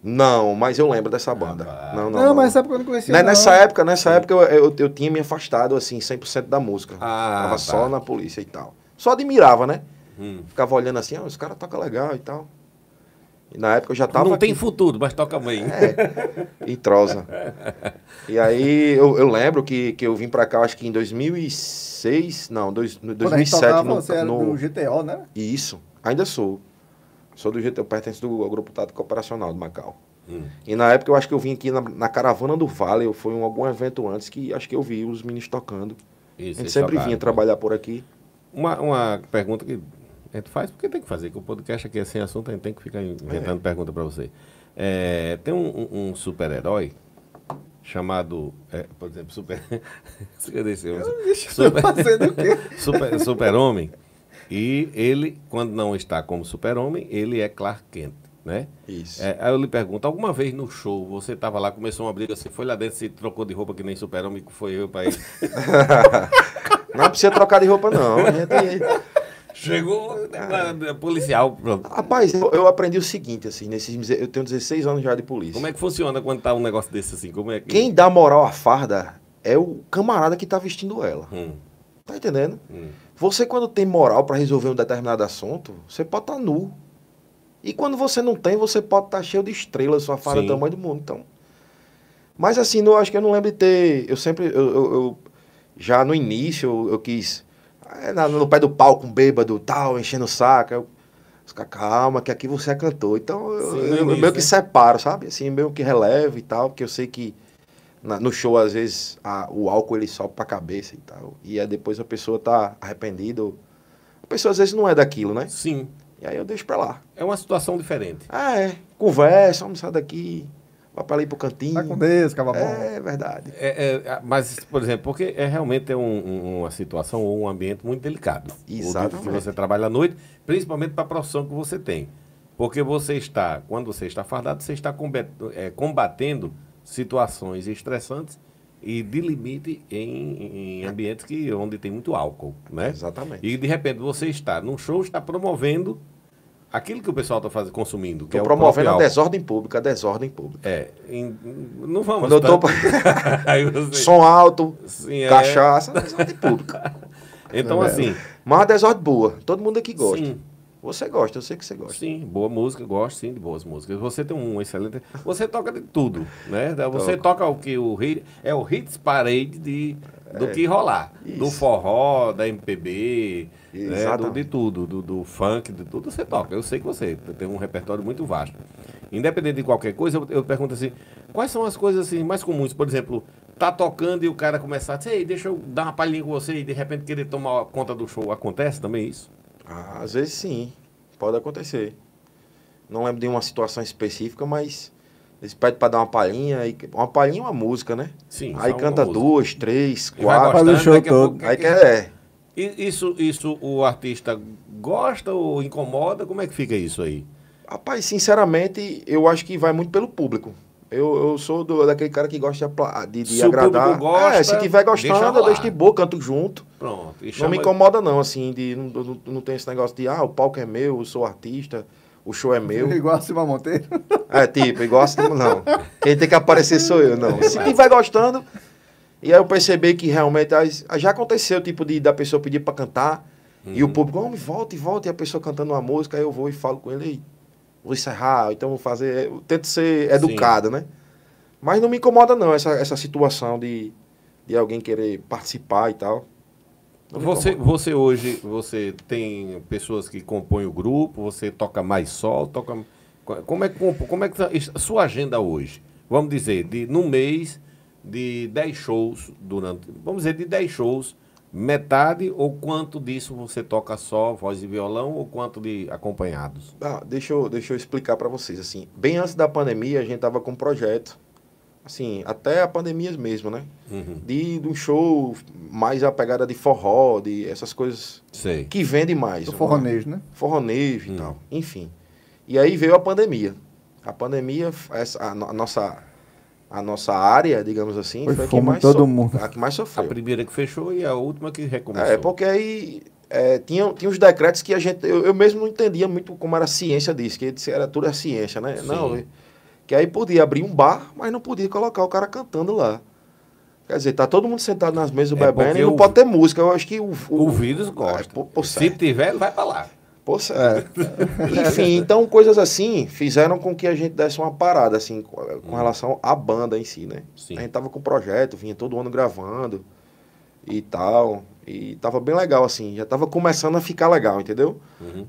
Speaker 2: Não, mas eu lembro dessa banda.
Speaker 1: Rapaz.
Speaker 2: Não, não,
Speaker 4: Não,
Speaker 2: não.
Speaker 4: mas é essa época eu não conhecia.
Speaker 2: Né,
Speaker 4: não.
Speaker 2: Nessa época, nessa época eu, eu, eu tinha me afastado, assim, 100% da música.
Speaker 1: Ah,
Speaker 2: Tava
Speaker 1: tá.
Speaker 2: só na polícia e tal. Só admirava, né?
Speaker 1: Hum.
Speaker 2: Ficava olhando assim, ah, os caras tocam legal e tal. E na época eu já tava
Speaker 1: não tem
Speaker 2: aqui É.
Speaker 1: futuro, mas toca bem.
Speaker 2: em Trosa. E aí eu, eu lembro que, que eu vim pra cá, acho que em 2006, não, dois, no
Speaker 4: Quando a gente
Speaker 2: 2007.
Speaker 4: tocava,
Speaker 2: no-
Speaker 4: você era
Speaker 2: no-
Speaker 4: do GTO, né?
Speaker 2: E Isso, ainda sou. Sou do jeito, eu pertenço do ao Grupo Tático Operacional de Macau.
Speaker 1: Hum.
Speaker 2: E na época eu acho que eu vim aqui na, na Caravana do Vale, eu fui em algum evento antes que acho que eu vi os meninos tocando. A
Speaker 1: Isso,
Speaker 2: gente
Speaker 1: eles
Speaker 2: sempre
Speaker 1: tocaram.
Speaker 2: vinha trabalhar por aqui.
Speaker 1: Uma, uma pergunta que a gente faz, porque tem que fazer, que o podcast aqui é sem assunto, a gente tem que ficar inventando pergunta para você. É, tem um, um- um super-herói chamado, é, por exemplo, super... Cadê esse homem? um super...
Speaker 4: Fazendo o quê?
Speaker 1: super, super-homem. E ele, quando não está como super-homem, ele é Clark Kent, né?
Speaker 2: Isso.
Speaker 1: É, aí eu lhe pergunto, alguma vez no show você estava lá, começou uma briga, você foi lá dentro, se trocou de roupa que nem super-homem, que foi eu para ele.
Speaker 2: Não precisa trocar de roupa, não. A gente-
Speaker 1: Chegou né, policial, pronto.
Speaker 2: Rapaz, eu, eu aprendi o seguinte, assim, nesses, eu tenho 16 anos já de polícia.
Speaker 1: Como é que funciona quando tá um negócio desse assim? Como é que...
Speaker 2: Quem dá moral à farda é o camarada que tá vestindo ela.
Speaker 1: Hum,
Speaker 2: Tá entendendo?
Speaker 1: hum.
Speaker 2: Você, quando tem moral para resolver um determinado assunto, você pode estar nu. E quando você não tem, você pode estar cheio de estrelas, sua farda
Speaker 1: Sim.
Speaker 2: do tamanho do mundo. Então. Mas assim, não, acho que eu não lembro de ter. Eu sempre. Eu, eu- eu- já no início, eu, eu quis. eh, na- No pé do palco, um bêbado, tal, enchendo o saco. Eu, os caras, calma, que aqui você é cantor. Então, eu,
Speaker 1: Sim, no
Speaker 2: eu- eu
Speaker 1: início,
Speaker 2: meio que
Speaker 1: né?
Speaker 2: separo, sabe? Assim, meio que relevo e tal, porque eu sei que na- no show, às vezes, a- o álcool ele sobe pra cabeça e tal. E aí depois a pessoa tá arrependida. ou- A pessoa às vezes não é daquilo, né?
Speaker 1: Sim,
Speaker 2: E aí eu deixo pra lá.
Speaker 1: é uma situação diferente.
Speaker 2: Ah, é. Conversa, vamos sair daqui. Vai pra ali pro cantinho.
Speaker 4: Tá com Deus, cava bom.
Speaker 2: é verdade.
Speaker 1: É, é, a- mas, por exemplo, porque é realmente é um- um- uma situação ou um ambiente muito delicado.
Speaker 2: Exatamente.
Speaker 1: O dia que você trabalha à noite, principalmente para a profissão que você tem. Porque você está, quando você está fardado, você está combe- é, combatendo situações estressantes e de limite em, em ambientes que, onde tem muito álcool, né?
Speaker 2: Exatamente.
Speaker 1: E de repente você está num show, está promovendo aquilo que o pessoal está fazendo, consumindo. Que
Speaker 2: Tô
Speaker 1: é o
Speaker 2: promovendo a
Speaker 1: próprio álcool.
Speaker 2: desordem pública, a desordem pública.
Speaker 1: É, em- em- não vamos.
Speaker 2: Quando eu tô-
Speaker 1: pra... Aí você-
Speaker 2: Som alto,
Speaker 1: Sim, é.
Speaker 2: cachaça, desordem pública. É.
Speaker 1: Então, assim,
Speaker 2: Mas uma desordem boa. Todo mundo aqui gosta.
Speaker 1: sim,
Speaker 2: Você gosta, eu sei que você gosta.
Speaker 1: sim, boa música, gosto sim de boas músicas. Você tem um excelente. Você toca de tudo, né? Você toca o que o hit, é o hits parade de, do que rolar. Do
Speaker 2: É, Isso.
Speaker 1: forró, da MPB, né? do,
Speaker 2: Exatamente.
Speaker 1: de tudo, do, do funk, de tudo você toca. Eu sei que você tem um repertório muito vasto. Independente de qualquer coisa, eu, eu pergunto assim, quais são as coisas assim, mais comuns? Por exemplo, tá tocando e o cara começar a dizer, Ei, deixa eu dar uma palhinha com você e de repente querer tomar conta do show. Acontece também isso?
Speaker 2: Ah, às vezes sim, pode acontecer. Não lembro de uma situação específica, mas eles pedem pra dar uma palhinha, aí- uma palhinha é uma música, né?
Speaker 1: Sim.
Speaker 2: aí
Speaker 1: só é uma
Speaker 2: canta
Speaker 1: música.
Speaker 2: duas, três,
Speaker 1: E vai
Speaker 2: quatro. um
Speaker 1: gostando,
Speaker 3: Faz o show
Speaker 1: daqui a
Speaker 3: todo.
Speaker 1: pouco-
Speaker 2: Aí quer é.
Speaker 1: I- Isso, isso o artista gosta ou incomoda? Como é que fica isso aí?
Speaker 2: Rapaz, sinceramente, eu acho que vai muito pelo público. Eu, eu sou do, daquele cara que gosta de apla- de, de
Speaker 1: Se o
Speaker 2: agradar.
Speaker 1: público gosta,
Speaker 2: é, se tiver gostando,
Speaker 1: deixa
Speaker 2: eu deixo
Speaker 1: lá.
Speaker 2: de boa, canto junto.
Speaker 1: Pronto. E
Speaker 2: Não
Speaker 1: chama-
Speaker 2: me incomoda, não, assim, de, não, não, não tem esse negócio de, ah, o palco é meu, eu sou artista, o show é meu.
Speaker 4: Igual a Silva Monteiro.
Speaker 2: É, tipo, igual assim, não. Quem tem que aparecer sou eu, não. Se tiver gostando. E aí eu percebi que realmente as- já aconteceu, tipo, de, da pessoa pedir pra cantar. E o público, homem, volta e volta. E a pessoa cantando uma música, aí eu vou e falo com ele, "Ei, vou encerrar, ou então vou fazer. Eu tento ser educado, né? Mas não me incomoda, não, essa, essa situação de, de alguém querer participar e tal. Não me
Speaker 1: Você,
Speaker 2: incomoda.
Speaker 1: você hoje, você tem pessoas que compõem o grupo, você toca mais sol, toca... Como é, que comp- como é que tá a sua agenda hoje? Vamos dizer, de, no mês, de 10 shows durante... Vamos dizer, de 10 shows, metade ou quanto disso você toca só, voz e violão, ou quanto de acompanhados?
Speaker 2: Ah, deixa eu, deixa eu explicar para vocês, assim, bem antes da pandemia a gente tava com um projeto, assim, até a pandemia mesmo, né?
Speaker 1: Hum.
Speaker 2: De, de um show mais a pegada de forró, de essas coisas
Speaker 1: Sei.
Speaker 2: que vende mais.
Speaker 4: Do
Speaker 2: né?
Speaker 4: forronês, né?
Speaker 2: Forronejo e tal, enfim. E aí veio a pandemia. A pandemia, essa, a, no- a nossa, a nossa área, digamos assim,
Speaker 3: Foi
Speaker 2: foi, a, que
Speaker 3: fome
Speaker 2: mais
Speaker 3: todo mundo.
Speaker 2: a que mais
Speaker 1: A
Speaker 2: sofreu.
Speaker 1: primeira que fechou e a última que recomeçou.
Speaker 2: É, porque aí é, tinha, tinha uns decretos que a gente. Eu, eu mesmo não entendia muito como era a ciência disso, que disse que era tudo a ciência, né?
Speaker 1: Sim.
Speaker 2: Não. Que aí podia abrir um bar, mas não podia colocar o cara cantando lá. Quer dizer, tá todo mundo sentado nas mesas
Speaker 1: É
Speaker 2: bebendo
Speaker 1: porque
Speaker 2: e não
Speaker 1: o-
Speaker 2: pode ter música. Eu acho que o. o-
Speaker 1: O vírus gosta.
Speaker 2: É, pô, pô,
Speaker 1: Se É.
Speaker 2: certo.
Speaker 1: tiver, ele vai pra lá.
Speaker 2: Pô, sério. Enfim, então coisas assim fizeram com que a gente desse uma parada, assim, com
Speaker 1: Hum.
Speaker 2: com relação à banda em si, né?
Speaker 1: Sim.
Speaker 2: A gente tava com o projeto, vinha todo ano gravando e tal. E tava bem legal, assim. Já tava começando a ficar legal, entendeu?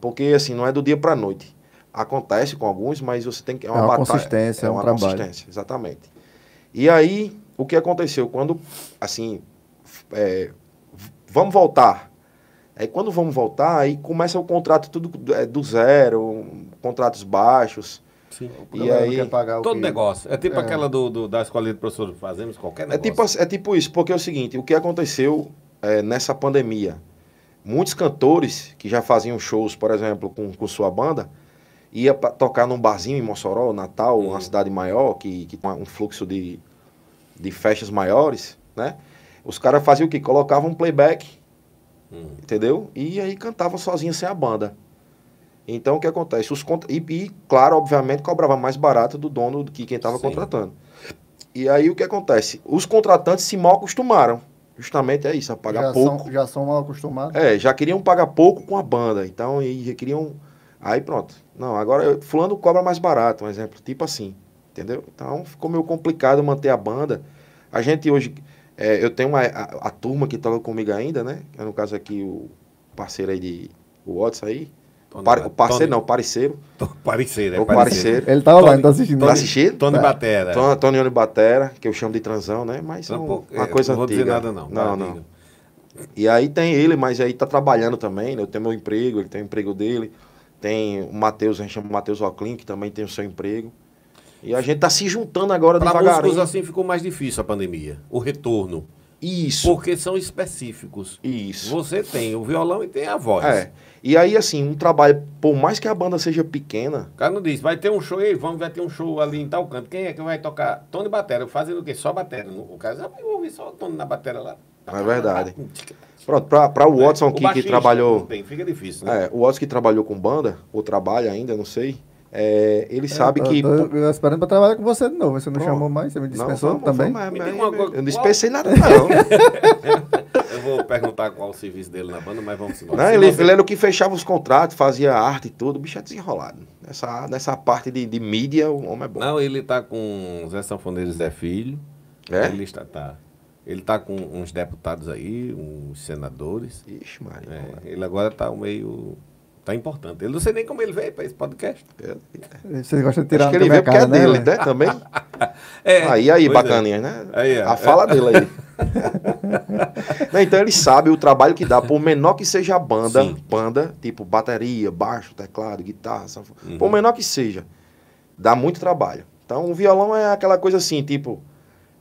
Speaker 2: Porque, assim, não é do dia pra noite. Acontece com alguns, mas você tem que.
Speaker 3: É uma consistência, é um
Speaker 2: uma
Speaker 3: trabalho.
Speaker 2: consistência, exatamente. E aí, o que aconteceu? Quando, assim, f- é, v- vamos voltar. Aí quando vamos voltar, aí começa o contrato tudo é, do zero, um, contratos baixos.
Speaker 1: Sim.
Speaker 4: O
Speaker 2: E
Speaker 4: galera não
Speaker 2: aí,
Speaker 4: quer pagar o
Speaker 1: Todo
Speaker 4: que-
Speaker 1: negócio. É tipo aquela do, do- da escolinha de professor fazemos qualquer
Speaker 2: É
Speaker 1: negócio.
Speaker 2: tipo, assim- é tipo isso, porque é o seguinte, o que aconteceu é, nessa pandemia? Muitos cantores que já faziam shows, por exemplo, com, com sua banda, ia pra tocar num barzinho em Mossoró, Natal,
Speaker 1: Hum.
Speaker 2: uma cidade maior, que, que tem um fluxo de, de festas maiores, né? Os caras faziam o quê? Colocavam um playback,
Speaker 1: Hum.
Speaker 2: entendeu? E aí cantavam sozinho sem a banda. Então o que acontece? Os contra... e, e, claro, obviamente, cobrava mais barato do dono do que quem estava
Speaker 1: Sim.
Speaker 2: contratando. E aí o que acontece? Os contratantes se mal acostumaram. Justamente é isso, a pagar
Speaker 4: já
Speaker 2: pouco.
Speaker 4: São, já são mal acostumados.
Speaker 2: É, já queriam pagar pouco com a banda, então e já queriam. Aí pronto. Não, agora eu- fulano cobra mais barato, um exemplo, tipo assim, entendeu? Então ficou meio complicado manter a banda. A gente hoje, é, eu tenho uma, a, a turma que toca comigo ainda, né? É no caso aqui o parceiro aí de o Watts aí.
Speaker 1: Tony
Speaker 2: Par-
Speaker 1: Ba-
Speaker 2: o parceiro
Speaker 1: Tony-
Speaker 2: não, parceiro.
Speaker 1: Tô- Parecer, é
Speaker 2: o
Speaker 1: parecer.
Speaker 2: parceiro.
Speaker 3: Ele tava lá,
Speaker 1: Tony-
Speaker 3: ele tá assistindo.
Speaker 2: Tá assistindo?
Speaker 1: Tony Batera.
Speaker 2: Ton- Tonione Batera, que eu chamo de transão, né? Mas é um-
Speaker 1: Tampouco-
Speaker 2: uma
Speaker 1: é,
Speaker 2: coisa
Speaker 1: não vou
Speaker 2: antiga.
Speaker 1: dizer nada, não. Vai,
Speaker 2: Não, não.
Speaker 1: diga.
Speaker 2: E aí tem ele, mas aí tá trabalhando também, né? Eu tenho meu emprego, ele tem o emprego dele. Tem o Matheus, a gente chama o Matheus Oclin, que também tem o seu emprego. E a gente tá se juntando agora
Speaker 1: Para músicos
Speaker 2: devagarinho.
Speaker 1: assim ficou mais difícil a pandemia, o retorno,
Speaker 2: Isso,
Speaker 1: porque são específicos.
Speaker 2: isso.
Speaker 1: Você tem o violão e tem a voz.
Speaker 2: É. E aí, assim, um trabalho, por mais que a banda seja pequena,
Speaker 1: O cara não diz, vai ter um show, ei, vamos, vai ter um show ali em tal canto. Quem é que vai tocar? Tony Batera, fazendo o quê? Só Batera. O cara diz, ah, eu ouvi só o Tony na Batera lá.
Speaker 2: É verdade. pronto, pra, pra
Speaker 1: É, O
Speaker 2: o Watson aqui, que
Speaker 1: baixista
Speaker 2: trabalhou.
Speaker 1: não tem, fica difícil, né?
Speaker 2: É, o Watson que trabalhou com banda, ou trabalha ainda, não sei. é, ele sabe
Speaker 3: Eu tô-
Speaker 2: que.
Speaker 3: tô- eu esperando pra trabalhar com você de novo. Você não
Speaker 2: Pronto.
Speaker 3: chamou mais? Você me
Speaker 2: Não,
Speaker 3: dispensou
Speaker 2: vamos,
Speaker 3: também?
Speaker 2: vamos, é,
Speaker 1: Me
Speaker 2: mas-
Speaker 1: diga uma coisa,
Speaker 2: eu não
Speaker 1: qual-
Speaker 2: dispensei nada, não.
Speaker 1: Eu vou perguntar qual o serviço dele na banda, mas é vamos embora.
Speaker 2: É.
Speaker 1: Se
Speaker 2: Não, Né? ele,
Speaker 1: você-
Speaker 2: ele é era o que fechava os contratos, fazia arte e tudo. O bicho é desenrolado. Nessa, nessa parte de, de mídia, o homem é bom.
Speaker 1: Não, ele tá com Zé Sanfoneiro e Zé Filho.
Speaker 2: É?
Speaker 1: Ele está, tá. Ele tá com uns deputados aí, uns senadores.
Speaker 2: Ixi, Maria.
Speaker 1: É, ele agora tá meio. tá importante. Eu não sei nem como ele veio para esse podcast.
Speaker 3: Você gosta de tirar
Speaker 2: Acho que ele
Speaker 3: da minha
Speaker 2: veio porque
Speaker 3: cara,
Speaker 2: é dele,
Speaker 3: velho?
Speaker 2: né? Também.
Speaker 1: É,
Speaker 2: aí, Ah, aí,
Speaker 1: pois é.
Speaker 2: bacaninha, né?
Speaker 1: Aí, ó.
Speaker 2: A fala dele aí. Não, então ele sabe o trabalho que dá, por menor que seja a banda,
Speaker 1: Sim.
Speaker 2: banda, tipo bateria, baixo, teclado, guitarra, sanfona,
Speaker 1: Uhum.
Speaker 2: por menor que seja, dá muito trabalho. Então o violão é aquela coisa assim, tipo,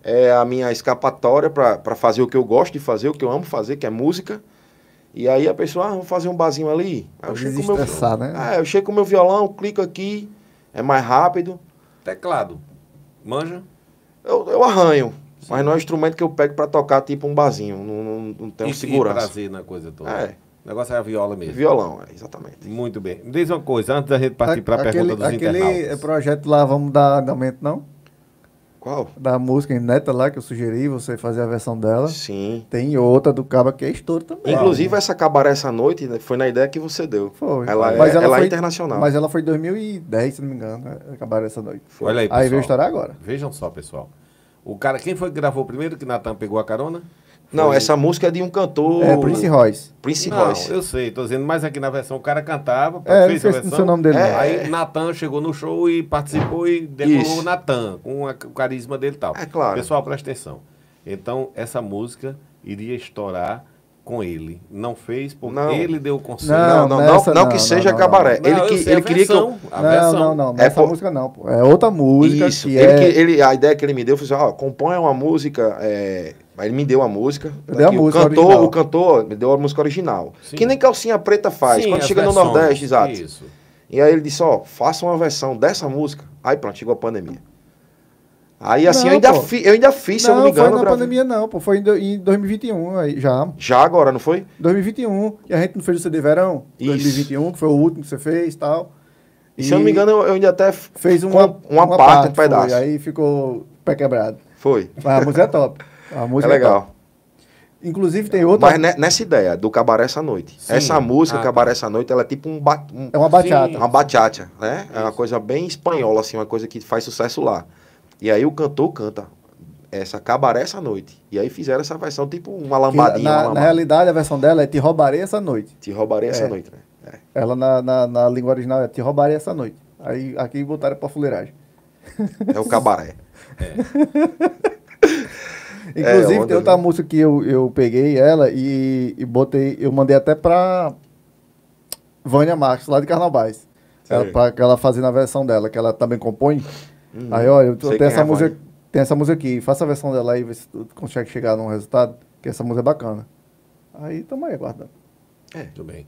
Speaker 2: é a minha escapatória para fazer o que eu gosto de fazer, o que eu amo fazer, que é música, E aí a pessoa, ah, vamos fazer um barzinho ali. Aí eu
Speaker 3: Pra
Speaker 2: chego com o meu
Speaker 3: desestressar, né?
Speaker 2: Ah, eu chego com o meu violão, clico aqui, é mais rápido.
Speaker 1: Teclado. Manja?
Speaker 2: Eu, eu arranho. Mas não é um instrumento que eu pego pra tocar tipo um barzinho. Não, não, não tenho
Speaker 1: e, E
Speaker 2: Então, segurança.
Speaker 1: prazer na coisa toda.
Speaker 2: É.
Speaker 1: O negócio é a viola mesmo.
Speaker 2: violão, é, exatamente.
Speaker 1: Muito bem. Me diz uma coisa, antes da gente partir para a
Speaker 3: Aquele-
Speaker 1: pergunta dos
Speaker 3: aquele é
Speaker 1: internautas.
Speaker 3: projeto lá, vamos dar andamento, não?
Speaker 2: Qual?
Speaker 3: Da música Neta lá, que eu sugeri você fazer a versão dela.
Speaker 2: Sim.
Speaker 3: Tem outra do Caba que é estouro também.
Speaker 2: Inclusive, essa cabaré essa noite né, foi na ideia que você deu.
Speaker 3: Foi.
Speaker 2: Ela, é-
Speaker 3: Mas ela
Speaker 2: ela
Speaker 3: foi-
Speaker 2: é internacional.
Speaker 3: Mas ela foi em 2010, se não me engano, né? acabaram essa noite.
Speaker 1: Olha aí,
Speaker 3: Aí
Speaker 1: pessoal.
Speaker 3: veio estourar agora.
Speaker 1: Vejam só, pessoal. O cara, quem foi que gravou primeiro que Natan pegou a carona?
Speaker 2: Não, essa música é de um cantor.
Speaker 3: É Prince Royce.
Speaker 2: Prince
Speaker 1: não,
Speaker 2: Royce.
Speaker 1: eu sei, tô dizendo, mas aqui na versão o cara cantava,
Speaker 3: É,
Speaker 1: fez a
Speaker 3: não sei
Speaker 1: versão.
Speaker 3: o nome dele.
Speaker 2: É.
Speaker 3: não.
Speaker 1: Aí Natan chegou no show e participou e decorou
Speaker 2: Isso.
Speaker 1: o Natan, com a- o carisma dele e tal.
Speaker 2: É claro.
Speaker 1: Pessoal, presta atenção. Então, essa música iria estourar com ele. Não fez porque
Speaker 2: Não.
Speaker 1: ele deu o conselho.
Speaker 2: Não,
Speaker 3: Não,
Speaker 2: não, não, não,
Speaker 3: nessa não,
Speaker 2: que seja
Speaker 3: não, não,
Speaker 2: cabaré.
Speaker 1: Não,
Speaker 2: ele
Speaker 1: eu
Speaker 2: que,
Speaker 1: sei,
Speaker 2: ele
Speaker 1: a
Speaker 2: queria que eu.
Speaker 1: versão, a
Speaker 3: Não,
Speaker 1: versão.
Speaker 3: não, não. Não
Speaker 2: É
Speaker 3: é essa
Speaker 2: pô-
Speaker 3: música não, pô. É outra música
Speaker 2: Isso,
Speaker 3: que
Speaker 2: ele
Speaker 3: é...
Speaker 2: que- ele- a ideia que ele me deu, eu falei assim, ó, compõe uma música, é... aí ele me deu a música,
Speaker 3: Eu dei a
Speaker 2: daqui o
Speaker 3: música
Speaker 2: cantor,
Speaker 3: original.
Speaker 2: o cantor me deu a música original,
Speaker 1: Sim.
Speaker 2: que nem calcinha preta faz,
Speaker 1: Sim,
Speaker 2: quando
Speaker 1: as
Speaker 2: chega no
Speaker 1: versões,
Speaker 2: Nordeste, exato,
Speaker 1: Isso.
Speaker 2: e aí ele disse, ó, faça uma versão dessa música, aí pronto, chegou a pandemia, aí assim,
Speaker 3: Não,
Speaker 2: eu, ainda
Speaker 3: pô.
Speaker 2: fi, eu ainda fiz, se eu não me engano,
Speaker 3: foi
Speaker 2: eu
Speaker 3: na
Speaker 2: gravei-
Speaker 3: pandemia não, pô. Foi em do- em 2021 aí, já.
Speaker 2: já agora, não foi?
Speaker 3: 2021. E um, a gente não fez o CD Verão.
Speaker 2: Isso.
Speaker 3: 2021, que foi o último que você fez tal.
Speaker 2: E, se eu não me engano, eu, eu ainda até f-
Speaker 3: fez
Speaker 2: com-
Speaker 3: uma,
Speaker 2: uma, parte, um
Speaker 3: foi,
Speaker 2: pedaço,
Speaker 3: aí ficou pé quebrado.
Speaker 2: foi,
Speaker 3: Mas a música é top. A
Speaker 2: é
Speaker 3: música
Speaker 2: legal.
Speaker 3: top. Inclusive tem outra.
Speaker 2: Mas ne- nessa ideia do Cabaré essa noite.
Speaker 1: Sim.
Speaker 2: Essa música,
Speaker 1: Ah,
Speaker 2: Cabaré essa noite, ela é tipo um, ba- um-
Speaker 3: É uma bachata.
Speaker 1: Sim.
Speaker 2: uma bachata, né? É uma coisa bem espanhola, assim, uma coisa que faz sucesso lá. E aí o cantor canta essa Cabaré essa noite. E aí fizeram essa versão, tipo uma
Speaker 3: Que
Speaker 2: lambadinha, uma
Speaker 3: na, na
Speaker 2: lambada.
Speaker 3: realidade, a versão dela é Te Roubarei Essa Noite.
Speaker 2: Te roubarei essa
Speaker 3: É.
Speaker 2: noite, né? É.
Speaker 3: Ela na, na, na língua original é Te Roubarei Essa Noite. Aí aqui botaram pra fuleiragem.
Speaker 2: É o cabaré.
Speaker 3: Inclusive,
Speaker 2: onda,
Speaker 3: tem outra
Speaker 2: né?
Speaker 3: música que eu, eu peguei ela e, e botei, eu mandei até pra Vânia Marques, lá de Carnavais. Ela,
Speaker 2: Sei.
Speaker 3: pra que ela fazer na versão dela, que ela também compõe. aí, olha, eu
Speaker 2: sei
Speaker 3: tenho
Speaker 2: quem é
Speaker 3: essa,
Speaker 2: a
Speaker 3: música,
Speaker 2: Vânia.
Speaker 3: tem essa música aqui, faça a versão dela aí, vê se tu consegue chegar num resultado, que essa música é bacana. Aí, tamo aí aguardando.
Speaker 1: Muito bem.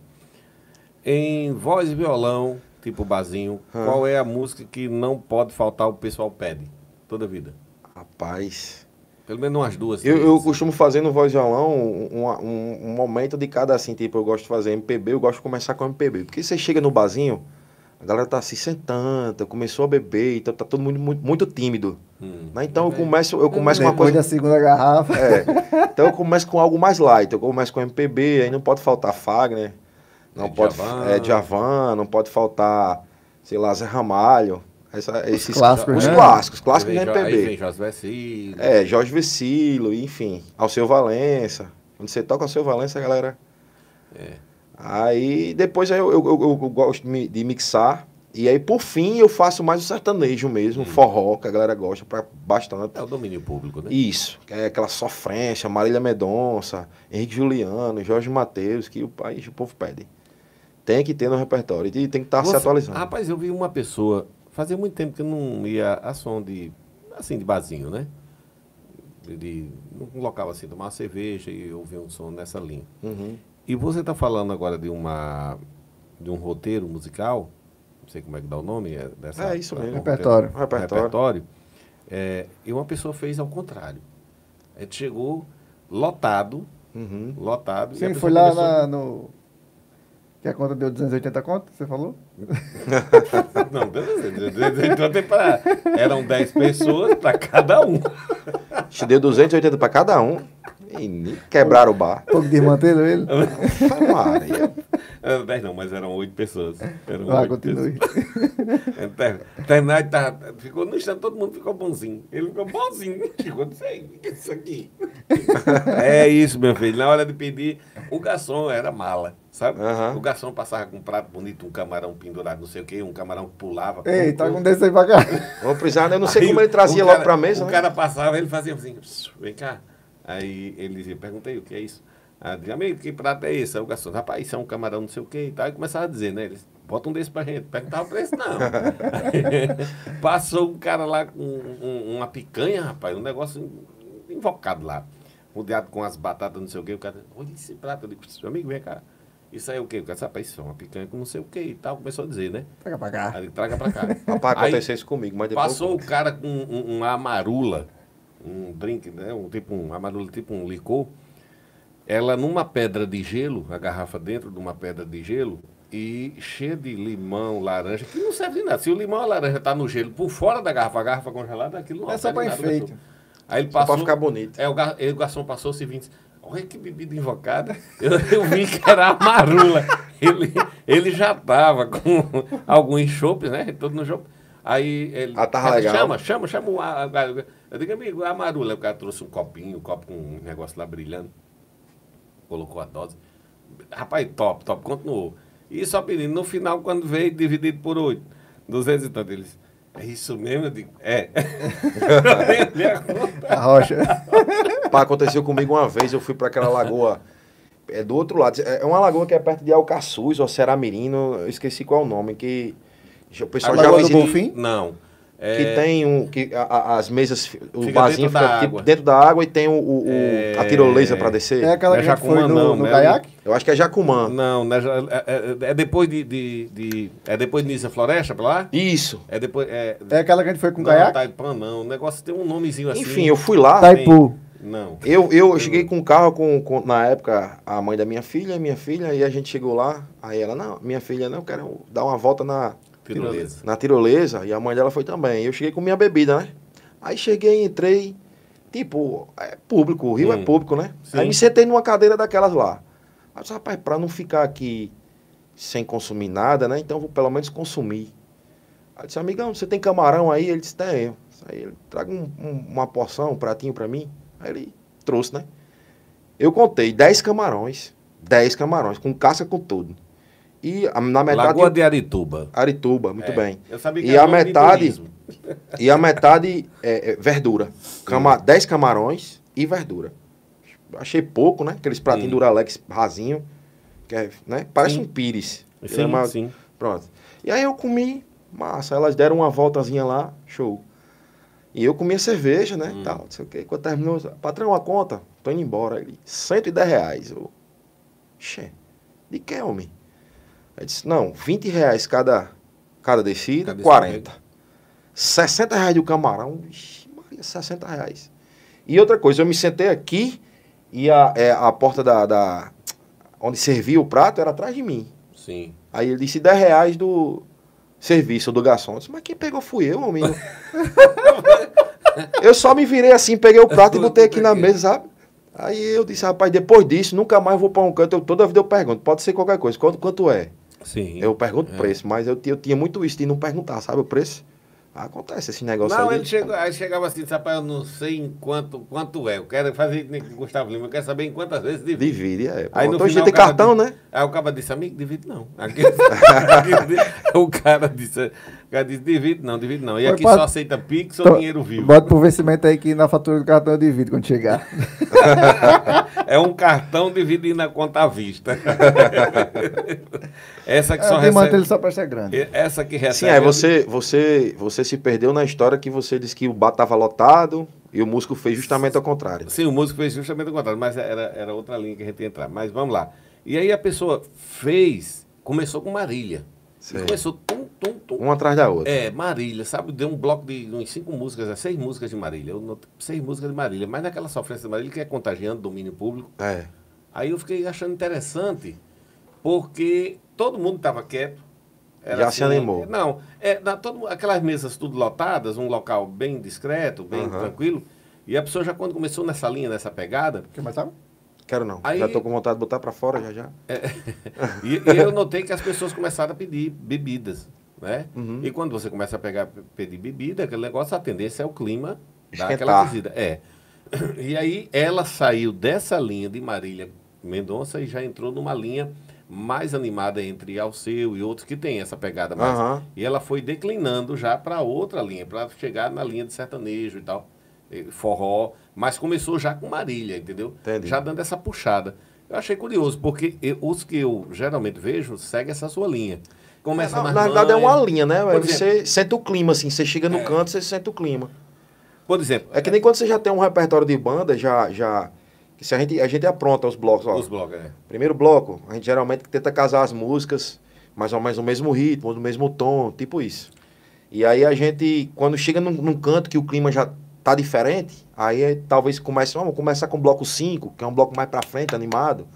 Speaker 1: Em voz e violão, tipo Bazinho, qual é a música que não pode faltar, o pessoal pede? Toda vida.
Speaker 2: Rapaz.
Speaker 1: Pelo menos umas duas.
Speaker 2: Eu,
Speaker 1: três.
Speaker 2: eu costumo fazer no voz e violão um, um, um momento de cada assim, tipo, eu gosto de fazer MPB, eu gosto de começar com MPB. Porque você chega no barzinho, a galera tá se sentando, começou a beber, então tá todo mundo muito, muito tímido.
Speaker 1: Hum.
Speaker 2: né? Então eu começo, eu começo com
Speaker 3: Depois
Speaker 2: uma coisa.
Speaker 3: da segunda garrafa.
Speaker 2: É. Então eu começo com algo mais light. Eu começo com MPB, aí não pode faltar Fagner, não
Speaker 1: É,
Speaker 2: pode
Speaker 1: Djavan.
Speaker 2: é Djavan, não pode faltar, sei lá, Zé Ramalho, essa- esses
Speaker 3: clássicos,
Speaker 2: os
Speaker 3: né?
Speaker 2: clássicos, clássicos de
Speaker 1: Aí vem Jo- Aí vem
Speaker 2: MPB.
Speaker 1: Jorge Vecino.
Speaker 2: É, Jorge Vecilo, enfim, Alceu Valença. Quando você toca Alceu Valença, a galera.
Speaker 1: É.
Speaker 2: Aí depois aí eu, eu- eu- eu gosto de mi- de mixar. E aí, por fim, eu faço mais o sertanejo
Speaker 1: Hum.
Speaker 2: mesmo, forró, que a galera gosta pra, bastante.
Speaker 1: É o domínio público, né?
Speaker 2: Isso, que é aquela sofrência, Marília Mendonça, Henrique Juliano, Jorge Mateus, que o país, o povo pede. Tem que ter no repertório e tem que estar tá se
Speaker 1: Você- Ah,
Speaker 2: atualizando.
Speaker 1: Rapaz, eu vi uma pessoa, fazia muito tempo que eu não ia a som de, assim, de barzinho, né? De, de, num local assim, tomar uma cerveja e ouvir um som nessa linha.
Speaker 2: Uhum.
Speaker 1: E você está falando agora de uma de um roteiro musical, não sei como é que dá o nome é, dessa
Speaker 2: É, isso mesmo.
Speaker 3: Repertório.
Speaker 2: Repertório.
Speaker 1: repertório. É, e uma pessoa fez ao contrário. A gente chegou lotado,
Speaker 2: Uhum.
Speaker 1: lotado. e a
Speaker 3: Sim,
Speaker 1: pessoa
Speaker 3: foi lá
Speaker 1: começou-
Speaker 3: na- no... Que a conta deu 280 conto, você falou?
Speaker 1: Não, beleza. Então tem pra- eram 10 pessoas para cada um.
Speaker 2: Te deu 280 para cada um e nem quebraram o bar.
Speaker 3: Pouco de mantelo ele.
Speaker 2: Ave Maria.
Speaker 1: Eram 10 não, mas eram 8 pessoas. Eram
Speaker 3: Vai,
Speaker 1: oito
Speaker 3: continue.
Speaker 1: Ele ter- Terminar, Então, tá, ficou no instante, todo mundo ficou bonzinho. Ele ficou bonzinho. Ficou disso aí, o que é isso aqui. é isso, meu filho. Na hora de pedir, o garçom era mala, sabe?
Speaker 2: Aham.
Speaker 1: O garçom passava com um prato bonito, um camarão pendurado, não sei o quê, um camarão que pulava.
Speaker 3: Ei,
Speaker 1: Um-
Speaker 3: tá com desse aí pra cá.
Speaker 2: Vou precisar, né? eu não sei
Speaker 1: Aí
Speaker 2: como ele
Speaker 1: o
Speaker 2: trazia
Speaker 1: cara-
Speaker 2: logo para mesa.
Speaker 1: O
Speaker 2: né?
Speaker 1: cara passava, ele fazia assim, "Pss, vem cá. Aí ele dizia, perguntei o que é isso. Aí eu dizia, amigo, que prato é esse? Aí o garçom, rapaz, isso é um camarão não sei o que e tal. E começava a dizer, né? Eles, bota um desse pra gente. Perguntava o preço, não. Passou um cara lá com um- uma picanha, rapaz, um negócio um invocado lá. rodeado com as batatas, não sei o quê. O cara, olha esse prato. Eu digo, meu amigo, vem cá. Isso aí é o quê? O cara, rapaz, isso é uma picanha com não sei o quê e tal. Começou a dizer, né?
Speaker 3: Pega pra cá.
Speaker 1: Aí ele, traga pra cá.
Speaker 2: Rapaz,
Speaker 1: Aí-
Speaker 2: aconteceu isso comigo, mas depois. eu
Speaker 1: Passou o
Speaker 2: conto.
Speaker 1: cara com um- uma amarula, um drink, né? Um tipo um amarula, tipo um licor. Ela numa pedra de gelo, a garrafa dentro de uma pedra de gelo e cheia de limão, laranja, que não serve de nada. Se o limão e a laranja tá no gelo por fora da garrafa, a garrafa congelada, aquilo não
Speaker 4: É só
Speaker 1: serve
Speaker 4: pra
Speaker 1: de nada, pessoal.
Speaker 4: enfeite.
Speaker 1: Aí ele
Speaker 2: Só pra
Speaker 1: passou,
Speaker 2: ficar bonito.
Speaker 1: É, o, gar, aí o garçom passou o seguinte, olha que bebida invocada. Eu, eu vi que era amarula. Ele, ele já tava com algum enxope, né? Todo no enxope. Aí ele
Speaker 2: Ah, tava
Speaker 1: cara,
Speaker 2: legal.
Speaker 1: chama, chama, chama o. a- a- Eu digo, amigo, a marula. O cara trouxe um copinho, um copo com um negócio lá brilhando. Colocou a dose. Rapaz, top, top, continuou. E só pedindo, no final, quando veio, dividido por oito. 200 e tanto. Ele disse, é isso mesmo? Eu digo, é. Eu é dei a conta.
Speaker 3: A rocha.
Speaker 2: Pá, aconteceu comigo uma vez, eu fui pra aquela lagoa. É do outro lado. É uma lagoa que é perto de Alcaçuz ou Ceramirino, eu esqueci qual é o nome, que. O pessoal
Speaker 3: A
Speaker 2: já
Speaker 3: Lagoa do
Speaker 2: visita-
Speaker 3: Bonfim?
Speaker 1: Não. É,
Speaker 2: Que tem um. Que a- a- as mesas. fi- O
Speaker 1: Fica
Speaker 2: barzinho
Speaker 1: dentro
Speaker 2: fica
Speaker 1: da
Speaker 2: tipo
Speaker 1: água.
Speaker 2: dentro da água e tem o, o- o- a
Speaker 1: É.
Speaker 2: tirolesa pra descer.
Speaker 3: É aquela
Speaker 1: Não
Speaker 3: que
Speaker 1: é
Speaker 3: a gente foi
Speaker 1: Jacumã,
Speaker 3: no,
Speaker 1: não,
Speaker 3: no
Speaker 1: né?
Speaker 3: caiaque?
Speaker 2: Eu acho que é Jacumã.
Speaker 1: Não, né, já- é, é- é depois de, de, de- É depois de Nisa Floresta, pra lá?
Speaker 2: Isso.
Speaker 1: É depois. É,
Speaker 3: É aquela que a gente foi com
Speaker 1: não,
Speaker 3: caiaque?
Speaker 1: Taipan, não. O negócio tem um nomezinho assim.
Speaker 2: Enfim, eu fui lá.
Speaker 3: Taipu. Taipu.
Speaker 1: Não.
Speaker 2: Eu, eu cheguei com o carro com, com- na época, a mãe da minha filha, minha filha, e a gente chegou lá. Aí ela, não, minha filha, não, eu quero dar uma volta na,
Speaker 1: Tirolesa.
Speaker 2: na tirolesa. E a mãe dela foi também. Eu cheguei com minha bebida, né? Aí cheguei, entrei. Tipo, é público, o Rio é
Speaker 1: Hum.
Speaker 2: público, né?
Speaker 1: Sim.
Speaker 2: Aí me sentei numa cadeira daquelas lá. Aí eu disse, rapaz, pra não ficar aqui sem consumir nada, né? Então eu vou pelo menos consumir. Aí eu disse, amigão, você tem camarão aí? Ele disse, tem. Aí ele, traga um- um- uma porção, um pratinho pra mim. Aí ele trouxe, né? Eu contei 10 camarões. 10 camarões, com casca com tudo. E a- na metade.
Speaker 1: Lagoa de Arituba.
Speaker 2: Arituba, muito
Speaker 1: É,
Speaker 2: bem.
Speaker 1: Eu sabia que
Speaker 2: E
Speaker 1: era
Speaker 2: a
Speaker 1: nome de
Speaker 2: metade,
Speaker 1: turismo.
Speaker 2: e a metade é, é verdura. Cama, 10 camarões e verdura. Achei pouco, né? Aqueles pratinhos
Speaker 1: Hum.
Speaker 2: Duralex rasinho. Que é, né? Parece
Speaker 1: Sim.
Speaker 2: um pires. Ele
Speaker 1: Sim,
Speaker 2: é uma-
Speaker 1: sim.
Speaker 2: Pronto. E aí eu comi massa. Elas deram uma voltazinha lá, show. E eu comi a cerveja, né? Tal, não sei o quê. Quando terminou, eu disse, patrão, a conta? Tô indo embora. Ele, 110 reais. Eu, Xê, de que, homem? Ele disse, não, 20 reais cada, cada descida,
Speaker 1: Cada
Speaker 2: 40. 60 reais do camarão. Vixe, Maria, 60 reais. E outra coisa, eu me sentei aqui e a, é, a porta da, da... Onde servia o prato era atrás de mim.
Speaker 1: Sim.
Speaker 2: Aí ele disse 10 reais do serviço do garçom. Eu disse, mas quem pegou fui eu, homem. eu só me virei assim, peguei o prato e botei aqui na mesa, sabe? Aí eu disse, rapaz, depois disso, nunca mais vou para um canto. Eu, toda vida eu pergunto, pode ser qualquer coisa. Quanto, quanto é?
Speaker 1: Sim.
Speaker 2: Eu pergunto o preço, mas eu, ti- eu tinha muito isso de não perguntar, sabe? O preço. Acontece esse negócio
Speaker 1: Não,
Speaker 2: aí.
Speaker 1: ele chegou, aí chegava assim, disse, rapaz, eu não sei em quanto, quanto é. Eu quero fazer que nem o Gustavo Lima, eu quero saber em quantas vezes divide.
Speaker 2: Divide, é.
Speaker 1: Aí
Speaker 2: Pronto,
Speaker 1: no
Speaker 2: hoje
Speaker 1: final,
Speaker 2: tem
Speaker 1: o cara
Speaker 2: cartão,
Speaker 1: disse-
Speaker 2: né?
Speaker 1: Aí o cara disse, amigo, divide não. Aqui- aqui- o cara disse, o cara disse, divide não, divide não. E
Speaker 3: Foi
Speaker 1: aqui
Speaker 3: pra-
Speaker 1: só aceita Pix ou
Speaker 3: Então,
Speaker 1: dinheiro vivo.
Speaker 3: Bota pro vencimento aí que na fatura do cartão eu divido quando chegar.
Speaker 1: É um cartão dividido na conta à vista. Essa que só
Speaker 3: Só
Speaker 1: recebe.
Speaker 3: É, ele só presta grande.
Speaker 1: Essa que recebe.
Speaker 2: Sim, aí você, você, você se perdeu na história que você disse que o bar tava lotado e o músico fez justamente ao contrário.
Speaker 1: Sim, o músico fez justamente o contrário, mas era, era outra linha que a gente ia entrar. Mas vamos lá. E aí a pessoa fez, começou com Marília. E
Speaker 2: Sim.
Speaker 1: começou tum, tum, tum,
Speaker 2: Um atrás da outra.
Speaker 1: É, Marília, sabe? Deu um bloco de umas cinco músicas, né? seis músicas de Marília. Eu not- seis músicas de Marília, mas naquela sofrência de Marília que é contagiando o domínio público.
Speaker 2: É.
Speaker 1: Aí eu fiquei achando interessante, porque todo mundo estava quieto. assim,
Speaker 2: Já se animou.
Speaker 1: Não, é, na- todo mu- aquelas mesas tudo lotadas, um local bem discreto, bem
Speaker 2: Aham.
Speaker 1: tranquilo. E a pessoa já quando começou nessa linha, nessa pegada,
Speaker 4: Quer mais água?
Speaker 2: Quero não.
Speaker 1: Aí-
Speaker 2: Já tô com vontade de botar pra fora já já.
Speaker 1: E, e eu notei que as pessoas começaram a pedir bebidas, né? E quando você começa a pegar, pedir bebida, aquele negócio, a tendência é o clima daquela
Speaker 2: Esquentar.
Speaker 1: visita. É. E aí ela saiu dessa linha de Marília Mendonça e já entrou numa linha mais animada entre Alceu e outros que tem essa pegada mais.
Speaker 2: Aham.
Speaker 1: E ela foi declinando já para outra linha, para chegar na linha de sertanejo e tal, eh, forró, mas começou já com Marília, entendeu?
Speaker 2: Entendi.
Speaker 1: Já dando essa puxada. Eu achei curioso, porque eu- os que eu geralmente vejo seguem essa sua linha. Começa
Speaker 2: Na,
Speaker 1: mais
Speaker 2: na verdade é
Speaker 1: manha.
Speaker 2: uma linha, né?
Speaker 1: Por É.
Speaker 2: Você sente o clima, assim. Você chega no canto, você sente o clima.
Speaker 1: Por exemplo, é
Speaker 2: É que nem quando você já tem um repertório de banda, já, já, Que se a gente, a gente apronta os blocos, ó.
Speaker 1: Os blocos, é.
Speaker 2: Primeiro bloco, a gente geralmente tenta casar as músicas mais ou menos no mesmo ritmo, no mesmo tom, tipo isso. E aí a gente, quando chega num, num canto que o clima já tá diferente, aí é- talvez comece, vamos começar com o bloco 5, que é um bloco mais pra frente, animado.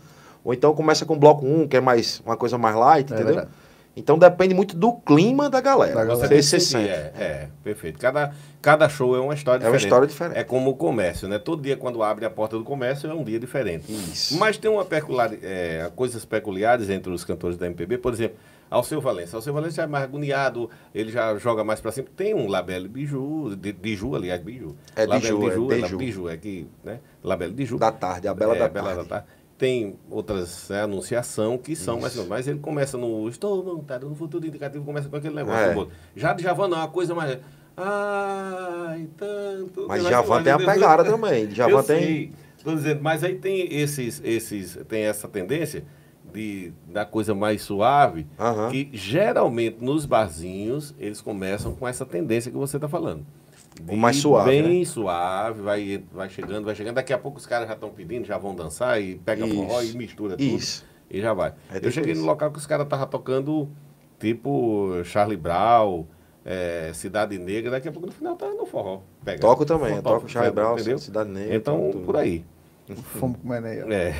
Speaker 2: Ou então começa com o bloco 1, um, que é mais uma coisa mais light,
Speaker 3: É
Speaker 2: entendeu?
Speaker 3: verdade.
Speaker 2: Então depende muito do clima da galera.
Speaker 3: Da galera.
Speaker 1: Você
Speaker 2: Você
Speaker 1: tem que
Speaker 2: se
Speaker 1: sentir,
Speaker 2: sente.
Speaker 1: é, é, perfeito. Cada, cada show é uma história
Speaker 2: É uma
Speaker 1: diferente.
Speaker 2: história diferente.
Speaker 1: É como o comércio, né? Todo dia quando abre a porta do comércio é um dia diferente.
Speaker 2: Isso.
Speaker 1: Mas tem uma peculiar, é, coisas peculiares entre os cantores da MPB, por exemplo, Alceu Valença. Alceu Valença já é mais agoniado, ele já joga mais pra cima. Tem um Labelle Biju, de, Biju, aliás, Biju.
Speaker 2: É
Speaker 1: Labelle
Speaker 2: Biju, é
Speaker 1: é La-
Speaker 2: Biju.
Speaker 1: Biju, é que, né? Labelle Biju.
Speaker 2: Da tarde, a bela
Speaker 1: É,
Speaker 2: da
Speaker 1: Bela
Speaker 2: tarde.
Speaker 1: Tem outras né, anunciação que são, mas, não, mas ele começa no estou montado no futuro indicativo, começa com aquele negócio.
Speaker 2: É.
Speaker 1: do bolo. Já de Javan não, é uma coisa mais. Ai, tanto.
Speaker 2: Mas
Speaker 1: Eu acho
Speaker 2: Javan
Speaker 1: que-
Speaker 2: tem a pegada também. Javan
Speaker 1: Eu
Speaker 2: tem-
Speaker 1: sei, tô dizendo, mas aí tem esses, esses, tem essa tendência de da coisa mais suave,
Speaker 2: Aham.
Speaker 1: que geralmente nos barzinhos eles começam com essa tendência que você está falando.
Speaker 2: O
Speaker 1: De
Speaker 2: mais suave, né?
Speaker 1: Bem suave, vai, vai chegando, vai chegando. Daqui a pouco os caras já estão pedindo, já vão dançar e pega
Speaker 2: Isso.
Speaker 1: forró e mistura tudo.
Speaker 2: Isso.
Speaker 1: E já vai.
Speaker 2: É tipo
Speaker 1: Eu cheguei
Speaker 2: isso.
Speaker 1: no local que os caras estavam tocando tipo Charlie Brown, eh, Cidade Negra, daqui a pouco no final tava no forró. pegando.
Speaker 2: Toco também, eu
Speaker 1: Forró,
Speaker 2: toco Charlie Brown,
Speaker 1: entendeu?
Speaker 2: Cidade Negra,
Speaker 1: Então,
Speaker 2: toco tudo.
Speaker 1: por aí.
Speaker 3: Fomos comendo aí. ó.
Speaker 1: É.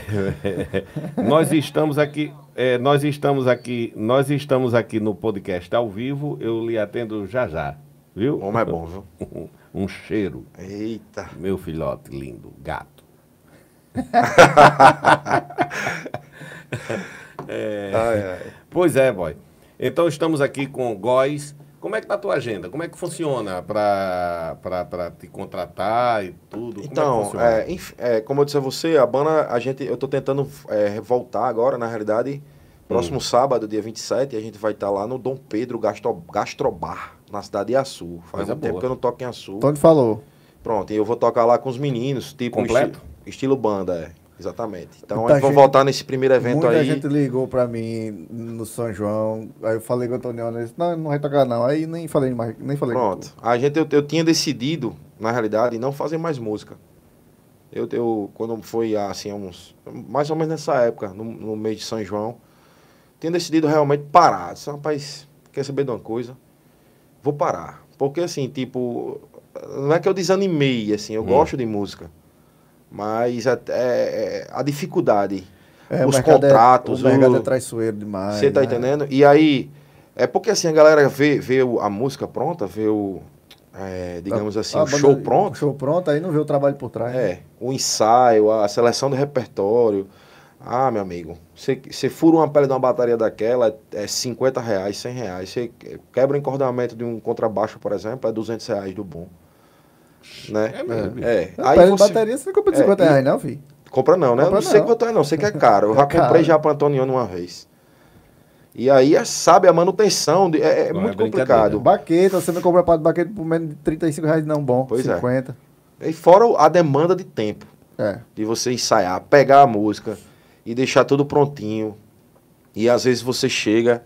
Speaker 1: nós estamos aqui, é, nós estamos aqui, nós estamos aqui no podcast ao vivo. Eu lhe atendo já já, viu?
Speaker 2: O homem é bom, viu?
Speaker 1: Um, um cheiro,
Speaker 2: Eita.
Speaker 1: meu filhote lindo, gato. É.
Speaker 2: Ai, ai.
Speaker 1: Pois é, boy. Então estamos aqui com o Góis. Como é que tá a tua agenda? Como é que funciona para para te contratar e tudo? Como é que
Speaker 2: Então,
Speaker 1: funciona?
Speaker 2: é, enf- é, como eu disse a você, a banda, a gente, eu tô tentando é, voltar agora, na realidade.
Speaker 1: Hum.
Speaker 2: Próximo sábado, dia 27, a gente vai estar lá no Dom Pedro Gastro, Gastrobar, na cidade de Açu. Faz
Speaker 1: Coisa
Speaker 2: um tempo
Speaker 1: boa.
Speaker 2: que eu não toco em Açu.
Speaker 3: Tony falou.
Speaker 2: Pronto, e eu vou tocar lá com os meninos, tipo
Speaker 1: Completo?
Speaker 2: esti- estilo banda, é. Exatamente. Então
Speaker 3: Muita
Speaker 2: a gente vai
Speaker 3: gente-
Speaker 2: voltar nesse primeiro evento
Speaker 3: Muita
Speaker 2: aí.
Speaker 3: gente ligou pra mim no São João. Aí eu falei com o Antoniano, ele disse, não, não vai tocar não. Aí nem falei mais, nem falei.
Speaker 2: Pronto. A gente, eu, eu tinha decidido, na realidade, não fazer mais música. Eu, eu quando foi assim, uns, mais ou menos nessa época, no, no mês de São João, tinha decidido realmente parar. Disse, rapaz, quer saber de uma coisa? Vou parar. Porque assim, tipo, não é que eu desanimei, assim,
Speaker 3: Hum.
Speaker 2: eu gosto de música. Mas até, é, a dificuldade,
Speaker 3: É, o
Speaker 2: os
Speaker 3: mercado é-
Speaker 2: contratos,
Speaker 3: o mercado
Speaker 2: o-
Speaker 3: é traiçoeiro demais.
Speaker 2: você tá
Speaker 3: né?
Speaker 2: entendendo? E aí, é porque assim, a galera vê, vê o- a música pronta, vê o, é, digamos assim,
Speaker 3: A
Speaker 2: o
Speaker 3: Ah, banda-
Speaker 2: show
Speaker 3: o
Speaker 2: pronto,
Speaker 3: Show pronto, aí não vê o trabalho por trás. né?
Speaker 2: é, o ensaio, a seleção do repertório. Ah, meu amigo, você você fura uma pele de uma bateria daquela, é 50 reais, 100 reais. Você quebra o encordamento de um contrabaixo, por exemplo, é 200 reais do bom. Né?
Speaker 1: É mesmo, bicho.
Speaker 2: É.
Speaker 3: Não,
Speaker 2: Aí
Speaker 3: pera,
Speaker 2: você-
Speaker 3: bateria você não compra de
Speaker 2: É,
Speaker 3: 50
Speaker 2: e-
Speaker 3: reais, não, filho.
Speaker 2: Compra não, né?
Speaker 3: Compra
Speaker 2: não sei
Speaker 3: não.
Speaker 2: quanto é não, sei que é caro. Eu já
Speaker 3: É caro.
Speaker 2: comprei já para Antoniano uma vez. E aí, é, sabe, a manutenção de- é, é
Speaker 1: Não é
Speaker 2: muito
Speaker 1: brincadeira.
Speaker 2: complicado.
Speaker 3: Baqueta, você não compra parte de baqueta por menos de 35 reais, não, bom.
Speaker 2: Pois é.
Speaker 3: 50.
Speaker 2: E fora o- a demanda de tempo,
Speaker 3: É.
Speaker 2: de você ensaiar, pegar a música e deixar tudo prontinho. E às vezes você chega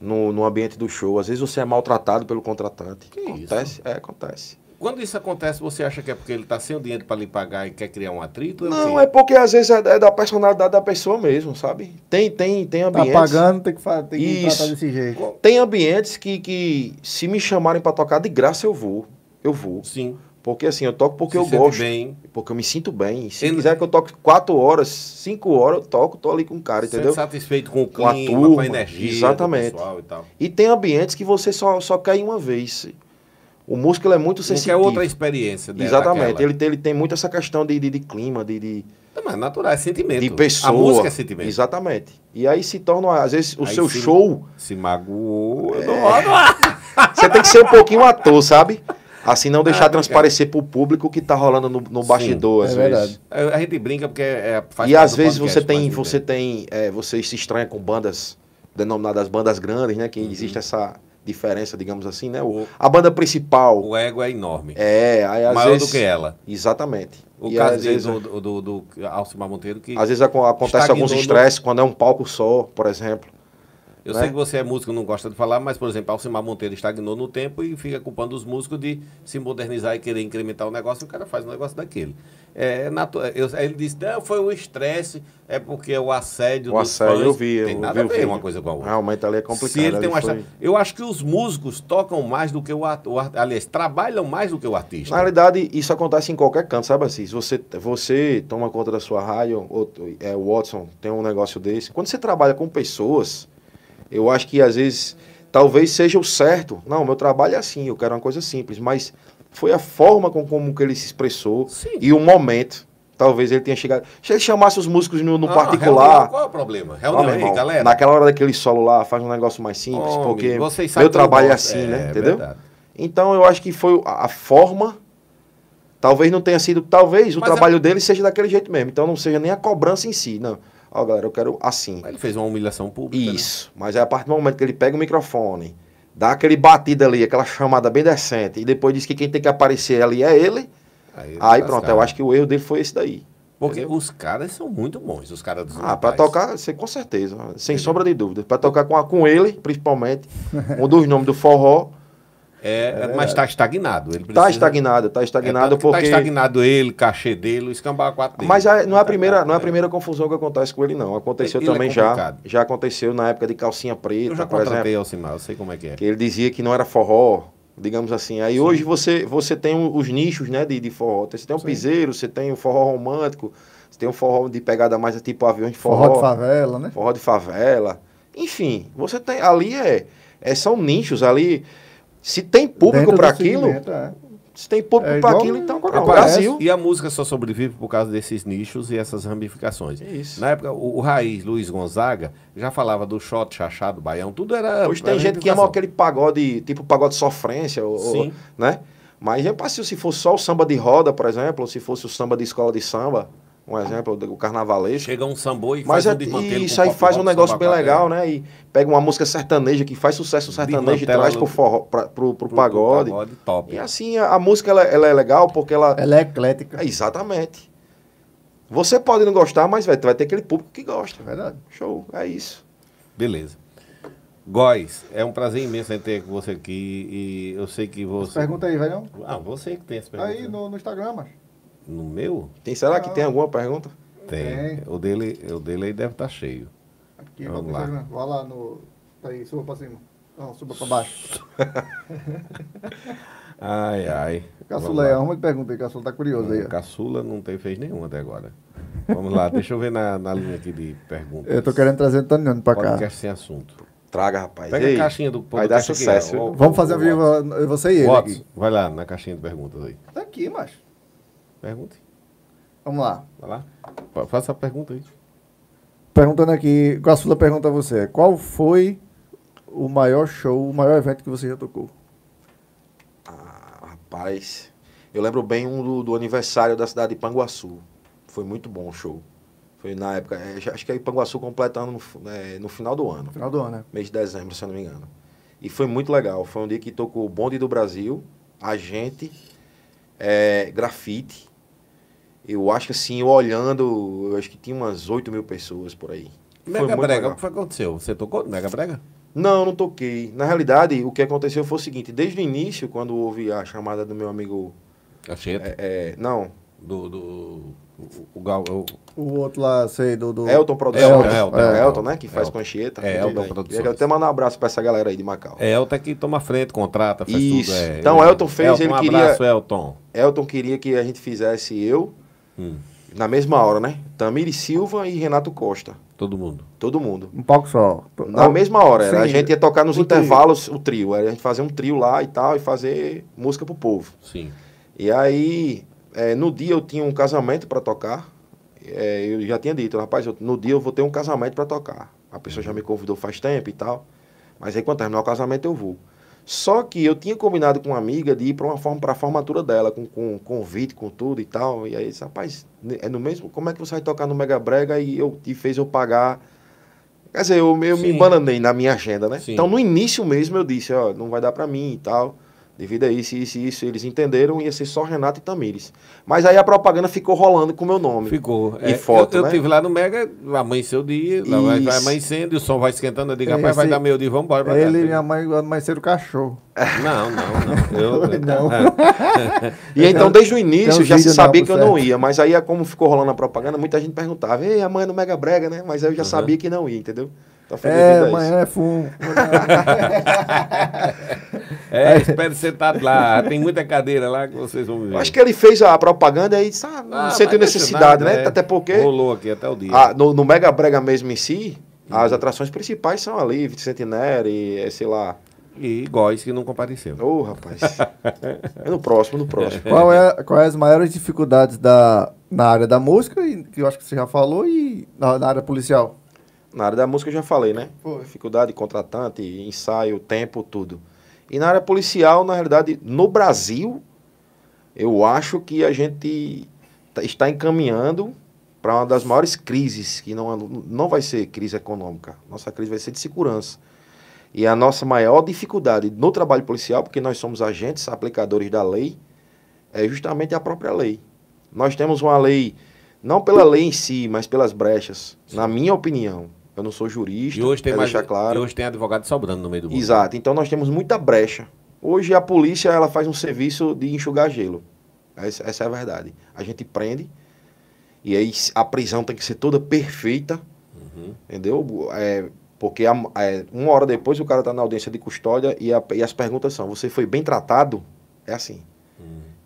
Speaker 2: no, no ambiente do show, às vezes você é maltratado pelo contratante.
Speaker 1: Que
Speaker 2: acontece? É, acontece.
Speaker 1: Quando isso acontece, você acha que é porque ele está sem o dinheiro para lhe pagar e quer criar um atrito?
Speaker 2: Não,
Speaker 1: o quê?
Speaker 2: é porque às vezes é, é da personalidade da pessoa mesmo, sabe? Tem, tem, tem
Speaker 3: Tá
Speaker 2: ambientes.
Speaker 3: pagando, tem que, fa- tem que
Speaker 2: Isso.
Speaker 3: tratar desse jeito.
Speaker 2: Tem ambientes que, que se me chamarem pra tocar de graça eu vou. Eu vou.
Speaker 1: Sim.
Speaker 2: Porque assim, eu toco é porque
Speaker 1: se
Speaker 2: eu
Speaker 1: sente
Speaker 2: gosto.
Speaker 1: Bem,
Speaker 2: Porque eu me sinto bem. Se
Speaker 1: Ele-
Speaker 2: quiser que eu toque 4 horas, 5 horas, eu toco, tô ali com o cara,
Speaker 1: sente
Speaker 2: entendeu?
Speaker 1: satisfeito com o
Speaker 2: Com a
Speaker 1: clima, com a,
Speaker 2: turma,
Speaker 1: energia
Speaker 2: exatamente.
Speaker 1: do pessoal e tal.
Speaker 2: E tem ambientes que você só, só quer ir uma vez. O músico ele é muito
Speaker 1: Você quer
Speaker 2: sensitivo.
Speaker 1: outra experiência dela,
Speaker 2: Exatamente.
Speaker 1: daquela.
Speaker 2: Ele, tem- ele tem muito essa questão de, de, de clima, de, de,
Speaker 1: Não, mas é natural, é sentimento.
Speaker 2: de pessoa.
Speaker 1: A música é sentimento.
Speaker 2: Exatamente. E aí se torna, às vezes, o
Speaker 1: Aí
Speaker 2: seu
Speaker 1: se-
Speaker 2: show.
Speaker 1: Se magoou,
Speaker 2: É.
Speaker 1: eu não rodo lá.
Speaker 2: Você tem que ser um pouquinho ator, sabe? Assim, não deixar
Speaker 1: Ah,
Speaker 2: transparecer pro público o que tá rolando no, no
Speaker 1: Sim,
Speaker 2: bastidor, às
Speaker 3: é
Speaker 2: vezes.
Speaker 3: verdade.
Speaker 1: É, A gente brinca porque é, faz
Speaker 2: e
Speaker 1: parte
Speaker 2: às
Speaker 1: do
Speaker 2: vezes
Speaker 1: podcast,
Speaker 2: você tem,
Speaker 1: mas
Speaker 2: você tem, é, você se estranha com bandas denominadas bandas grandes, né? Que existe essa diferença, digamos assim, né? O-
Speaker 1: Uhum. O-
Speaker 2: a banda principal
Speaker 1: O ego é enorme.
Speaker 2: é, aí às
Speaker 1: maior
Speaker 2: vezes,
Speaker 1: do que ela.
Speaker 2: exatamente.
Speaker 1: O
Speaker 2: e
Speaker 1: caso
Speaker 2: às
Speaker 1: de-
Speaker 2: vezes, um
Speaker 1: do, do, do, do Alcimar Monteiro, que
Speaker 2: às vezes aco- acontece
Speaker 1: estagnou
Speaker 2: alguns
Speaker 1: no-
Speaker 2: estresses quando é um palco só, por exemplo.
Speaker 1: eu Eu sei que você é músico, não gosta de falar, mas, por exemplo, Alcimar Monteiro estagnou no tempo e fica culpando os músicos de se modernizar e querer incrementar o negócio, e o cara faz um negócio daquele. É, é natu- eu- aí ele disse, não, foi um estresse, é porque o assédio
Speaker 2: O
Speaker 1: dos
Speaker 2: assédio
Speaker 1: fãs
Speaker 2: eu vi, eu
Speaker 1: tem
Speaker 2: vi
Speaker 1: nada
Speaker 2: o
Speaker 1: a ver
Speaker 2: vídeo.
Speaker 1: uma coisa com a outra.
Speaker 2: Realmente ali é complicado.
Speaker 1: Se ele tem
Speaker 2: ali
Speaker 1: um astra-
Speaker 2: foi-
Speaker 1: Eu acho que os músicos tocam mais do que o ator. Aliás, trabalham mais do que o artista.
Speaker 2: Na realidade, isso acontece em qualquer canto, sabe assim? Se você, você toma conta da sua rádio, ou, é, o Watson tem um negócio desse. Quando você trabalha com pessoas, eu acho que às vezes talvez seja o certo. Não, meu trabalho é assim, eu quero uma coisa simples, mas foi a forma com como que ele se expressou
Speaker 1: Sim.
Speaker 2: e o momento. Talvez ele tenha chegado. Se ele chamasse os músicos no, no
Speaker 1: Ah, reunião,
Speaker 2: particular.
Speaker 1: qual é o problema?
Speaker 2: ó,
Speaker 1: Reunião
Speaker 2: meu
Speaker 1: aí,
Speaker 2: irmão,
Speaker 1: galera.
Speaker 2: Naquela hora daquele solo lá, faz um negócio mais simples,
Speaker 1: Homem,
Speaker 2: porque
Speaker 1: vocês sabem
Speaker 2: meu
Speaker 1: que eu
Speaker 2: trabalho é
Speaker 1: gosto.
Speaker 2: assim, né?
Speaker 1: É,
Speaker 2: Entendeu?
Speaker 1: verdade.
Speaker 2: Então eu acho que foi a a forma. Talvez não tenha sido. Talvez o
Speaker 1: Mas é
Speaker 2: trabalho dele seja daquele jeito mesmo. Então não seja nem a cobrança em si. Não. Ó, galera, eu quero assim.
Speaker 1: Mas Ele fez uma humilhação pública. né?
Speaker 2: Isso. Mas é a partir do momento que ele pega o microfone, dá aquele batida ali, aquela chamada bem decente, e depois diz que quem tem que aparecer ali é ele.
Speaker 1: Aí,
Speaker 2: Aí
Speaker 1: lascaram.
Speaker 2: pronto, eu acho que o erro dele foi esse daí.
Speaker 1: Porque os caras são muito bons, os caras dos
Speaker 2: Ah, pra
Speaker 1: metais.
Speaker 2: tocar, você, com certeza, sem sombra de dúvida. Pra tocar com, a- com ele, principalmente, um dos nomes do forró,
Speaker 1: É, mas está estagnado. Ele
Speaker 2: tá
Speaker 1: precisa-
Speaker 2: estagnado, tá
Speaker 1: É,
Speaker 2: estagnado
Speaker 1: tanto que
Speaker 2: porque.
Speaker 1: Tá estagnado ele, cachê dele, o escambau 4 dele.
Speaker 2: Mas a- não
Speaker 3: Tá
Speaker 2: é a primeira, não é
Speaker 1: É.
Speaker 2: a primeira confusão que acontece com ele não. Aconteceu
Speaker 1: Ele é
Speaker 2: também já,
Speaker 1: complicado.
Speaker 2: já aconteceu na época de calcinha preta,
Speaker 1: Eu já
Speaker 2: por exemplo,
Speaker 1: contratei Alcimar, eu sei como é que é.
Speaker 2: que ele dizia que não era forró, digamos assim. Aí hoje você você tem o- os nichos, né, de, de forró. Você tem o piseiro, você tem o forró romântico, você tem o forró de pegada mais tipo avião de
Speaker 3: Forró de
Speaker 2: forró,
Speaker 3: favela, né?
Speaker 2: forró de favela. Enfim, você tem ali é, é são nichos ali. Se tem público
Speaker 3: Dentro
Speaker 2: para
Speaker 3: do
Speaker 2: aquilo,
Speaker 3: segmento, é.
Speaker 2: se tem público
Speaker 3: É
Speaker 2: para
Speaker 3: igual
Speaker 2: aquilo, então
Speaker 3: qualquer
Speaker 2: não,
Speaker 3: coisa. É
Speaker 2: Brasil.
Speaker 1: E a música só sobrevive por causa desses nichos e essas ramificações.
Speaker 2: Isso.
Speaker 1: Na época, o, o Raiz Luiz Gonzaga já falava do shot, chachado, baião, tudo era.
Speaker 2: Hoje tem
Speaker 1: era
Speaker 2: gente que ama
Speaker 1: ramificação.
Speaker 2: aquele pagode, tipo pagode sofrência, ou, ou-
Speaker 1: Sim.
Speaker 2: né? Mas é fácil se fosse só o samba de roda, por exemplo, ou se fosse o samba de escola de samba, um exemplo, o carnavalesco.
Speaker 1: Chega um sambô e
Speaker 2: Mas
Speaker 1: faz
Speaker 2: é,
Speaker 1: um desmantelo
Speaker 2: e
Speaker 1: com
Speaker 2: isso aí
Speaker 1: pop
Speaker 2: faz um
Speaker 1: rock,
Speaker 2: negócio
Speaker 1: samba
Speaker 2: bem
Speaker 1: quatro,
Speaker 2: legal, né? E pega uma música sertaneja que faz sucesso sertanejo e
Speaker 1: Desmantela
Speaker 2: traz
Speaker 1: no-
Speaker 2: pro, forró, pra, pro, pro
Speaker 1: pro- pro
Speaker 2: pagode.
Speaker 1: top.
Speaker 2: E assim, a, a música ela, ela é legal porque ela.
Speaker 3: Ela é eclética.
Speaker 2: É, exatamente. Você pode não gostar, mas vai, vai ter aquele público que gosta.
Speaker 3: É verdade.
Speaker 2: Show, é isso.
Speaker 1: Beleza. Góis, é um prazer imenso em ter com você aqui e eu sei que você.
Speaker 4: Pergunta aí, velhão.
Speaker 1: Ah, você que tem essa pergunta.
Speaker 4: Aí no, no Instagram, mas.
Speaker 1: No meu?
Speaker 2: Tem, será que
Speaker 4: Ah.
Speaker 2: tem alguma pergunta?
Speaker 1: Tem.
Speaker 4: Tem.
Speaker 1: O dele, o dele aí deve estar cheio.
Speaker 3: É
Speaker 4: Aqui
Speaker 1: Vamos
Speaker 4: no
Speaker 1: lá.
Speaker 4: Instagram. Vai lá no. Tá aí, suba pra cima. Não, suba pra baixo.
Speaker 1: Ai, ai.
Speaker 4: Caçula aí, arruma de pergunta aí, Caçula tá curioso aí.
Speaker 1: Hum,
Speaker 4: ó.
Speaker 1: Caçula não tem, fez nenhuma até agora. Vamos lá, deixa eu ver na, na linha aqui de perguntas.
Speaker 3: Eu tô querendo trazer o Antônio Nunes pra cá.
Speaker 1: Podcast sem assunto.
Speaker 2: Traga, rapaz.
Speaker 1: Pega
Speaker 2: Ei.
Speaker 1: a caixinha do
Speaker 2: vai dar
Speaker 1: podcast aqui,
Speaker 2: sucesso,
Speaker 1: ó,
Speaker 2: viu?
Speaker 3: Vamos fazer a
Speaker 1: Watson.
Speaker 3: viva você e ele
Speaker 1: Watson,
Speaker 3: aqui.
Speaker 1: vai lá na caixinha de perguntas aí.
Speaker 4: Tá aqui, mas.
Speaker 1: Pergunte.
Speaker 3: Vamos lá.
Speaker 1: Vai lá. Fa- Faça a pergunta aí.
Speaker 3: Perguntando aqui, Guaçula pergunta a você, qual foi o maior show, o maior evento que você já tocou?
Speaker 2: Ah, rapaz, eu lembro bem um do, do aniversário da cidade de Panguaçu. Foi muito bom o show. Foi na época, é, já- acho que aí Panguaçu completando no, f- é, no final do ano,
Speaker 3: Final do ano, né?
Speaker 2: mês de dezembro, se eu não me engano. E foi muito legal. Foi um dia que tocou o Bonde do Brasil, a gente, é, grafite. Eu acho que assim, eu olhando, eu acho que tinha umas 8 mil pessoas por aí. Foi
Speaker 1: Mega
Speaker 2: muito
Speaker 1: Brega,
Speaker 2: legal.
Speaker 1: o que foi que aconteceu? Você tocou no Mega Brega?
Speaker 2: Não, não toquei. Na realidade, o que aconteceu foi o seguinte: desde o início, quando houve a chamada do meu amigo.
Speaker 1: Achei.
Speaker 2: é, não,
Speaker 1: Do. do o, o, Gal- o,
Speaker 3: O outro lá, sei, do... do...
Speaker 2: Elton Produções.
Speaker 1: Elton,
Speaker 2: Elton,
Speaker 1: Elton, Elton,
Speaker 2: né? Que faz
Speaker 1: Elton.
Speaker 2: com Anchieta.
Speaker 1: É,
Speaker 2: muito
Speaker 1: Elton
Speaker 2: bem.
Speaker 1: Produções.
Speaker 2: Eu quero até mandar um abraço pra essa galera aí de Macau.
Speaker 1: é Elton que toma frente, contrata, faz
Speaker 2: Isso.
Speaker 1: tudo. É,
Speaker 2: Então, Elton fez, ele
Speaker 1: um
Speaker 2: queria-
Speaker 1: abraço, Elton.
Speaker 2: Elton queria que a gente fizesse eu,
Speaker 1: Hum.
Speaker 2: na mesma hora, né? Tamiri Silva e Renato Costa.
Speaker 1: Todo mundo.
Speaker 2: Todo mundo.
Speaker 3: Um palco só.
Speaker 2: Na mesma hora. era.
Speaker 3: Sim.
Speaker 2: A gente ia tocar nos
Speaker 3: O trio.
Speaker 2: intervalos o trio. Era A gente fazer um trio lá e tal, e fazer música pro povo.
Speaker 1: Sim.
Speaker 2: E aí, é, no dia eu tinha um casamento pra tocar. É, eu já tinha dito, rapaz, eu- no dia eu vou ter um casamento pra tocar. A pessoa já me convidou faz tempo e tal. Mas aí quando terminar o casamento eu vou. Só que eu tinha combinado com uma amiga de ir para uma forma para a formatura dela, com, com um convite, com tudo e tal. E aí, eu disse, rapaz, ne- é no mesmo, como é que você vai tocar no Mega Brega e eu e fez eu pagar? Quer dizer, eu, eu me
Speaker 1: Sim.
Speaker 2: embananei na minha agenda, né?
Speaker 1: Sim.
Speaker 2: Então no início mesmo eu disse, ó, não vai dar para mim e tal. Devido a isso, isso e isso, eles entenderam, ia ser só Renato e Tamires. Mas aí a propaganda ficou rolando com o meu nome.
Speaker 1: Ficou.
Speaker 2: E
Speaker 1: É,
Speaker 2: foto,
Speaker 1: eu, eu
Speaker 2: né?
Speaker 1: tive lá no Mega, amanheceu o dia, lá vai, vai
Speaker 2: Isso.
Speaker 1: amanhecendo, o sol vai esquentando, eu digo,
Speaker 3: É,
Speaker 1: rapaz, vai
Speaker 3: esse-
Speaker 1: dar meio dia, vamos embora. pra casa.
Speaker 3: Ele e minha mãe amanheceram o cachorro.
Speaker 1: Não, não, não. Eu,
Speaker 3: Não.
Speaker 1: é,
Speaker 2: E
Speaker 1: um-
Speaker 2: então, desde o
Speaker 3: Tem
Speaker 2: início,
Speaker 3: uns
Speaker 2: já se
Speaker 3: vídeos
Speaker 2: sabia
Speaker 3: novos,
Speaker 2: que eu não
Speaker 3: certo.
Speaker 2: ia. Mas aí, é como ficou rolando a propaganda, muita gente perguntava, ei, amanhã no Mega Brega, né? Mas aí eu já sabia que não ia, entendeu? Então foi
Speaker 3: É,
Speaker 2: devido a isso.
Speaker 3: amanhã é fumo.
Speaker 1: É, espero sentado lá. Tem muita cadeira lá que vocês vão ver.
Speaker 2: Eu acho que ele fez a propaganda e disse, ah, não
Speaker 1: Ah,
Speaker 2: sentiu
Speaker 1: mas
Speaker 2: necessidade,
Speaker 1: nada,
Speaker 2: né? Até porque
Speaker 1: Rolou aqui até o dia.
Speaker 2: ah, no, no Mega Brega mesmo em si, as atrações principais são ali, Vito Centinelli, eh, sei lá.
Speaker 1: E Góis que não compareceu.
Speaker 2: Ô, rapaz. é no próximo, no próximo.
Speaker 3: Qual é, quais as maiores dificuldades da, na área da música, e- que eu acho que você já falou, e na, na área policial?
Speaker 2: Na área da música eu já falei, né?
Speaker 4: Foi.
Speaker 2: Dificuldade, contratante, ensaio, tempo, tudo. E na área policial, na realidade, no Brasil, eu acho que a gente tá- está encaminhando para uma das maiores crises, que não, é, não vai ser crise econômica, nossa crise vai ser de segurança. E a nossa maior dificuldade no trabalho policial, porque nós somos agentes aplicadores da lei, é justamente a própria lei. Nós temos uma lei, não pela lei em si, mas pelas brechas, na minha opinião. Eu não sou jurista,
Speaker 1: E hoje tem
Speaker 2: pra
Speaker 1: mais.
Speaker 2: deixar claro.
Speaker 1: E hoje tem advogado sobrando no meio do mundo.
Speaker 2: Exato. Então nós temos muita brecha. Hoje a polícia ela faz um serviço de enxugar gelo. Essa, essa é a verdade. A gente prende e aí s- a prisão tem que ser toda perfeita,
Speaker 1: Uhum.
Speaker 2: entendeu? É, porque a- é, uma hora depois o cara está na audiência de custódia e, a- e as perguntas são: você foi bem tratado? É assim,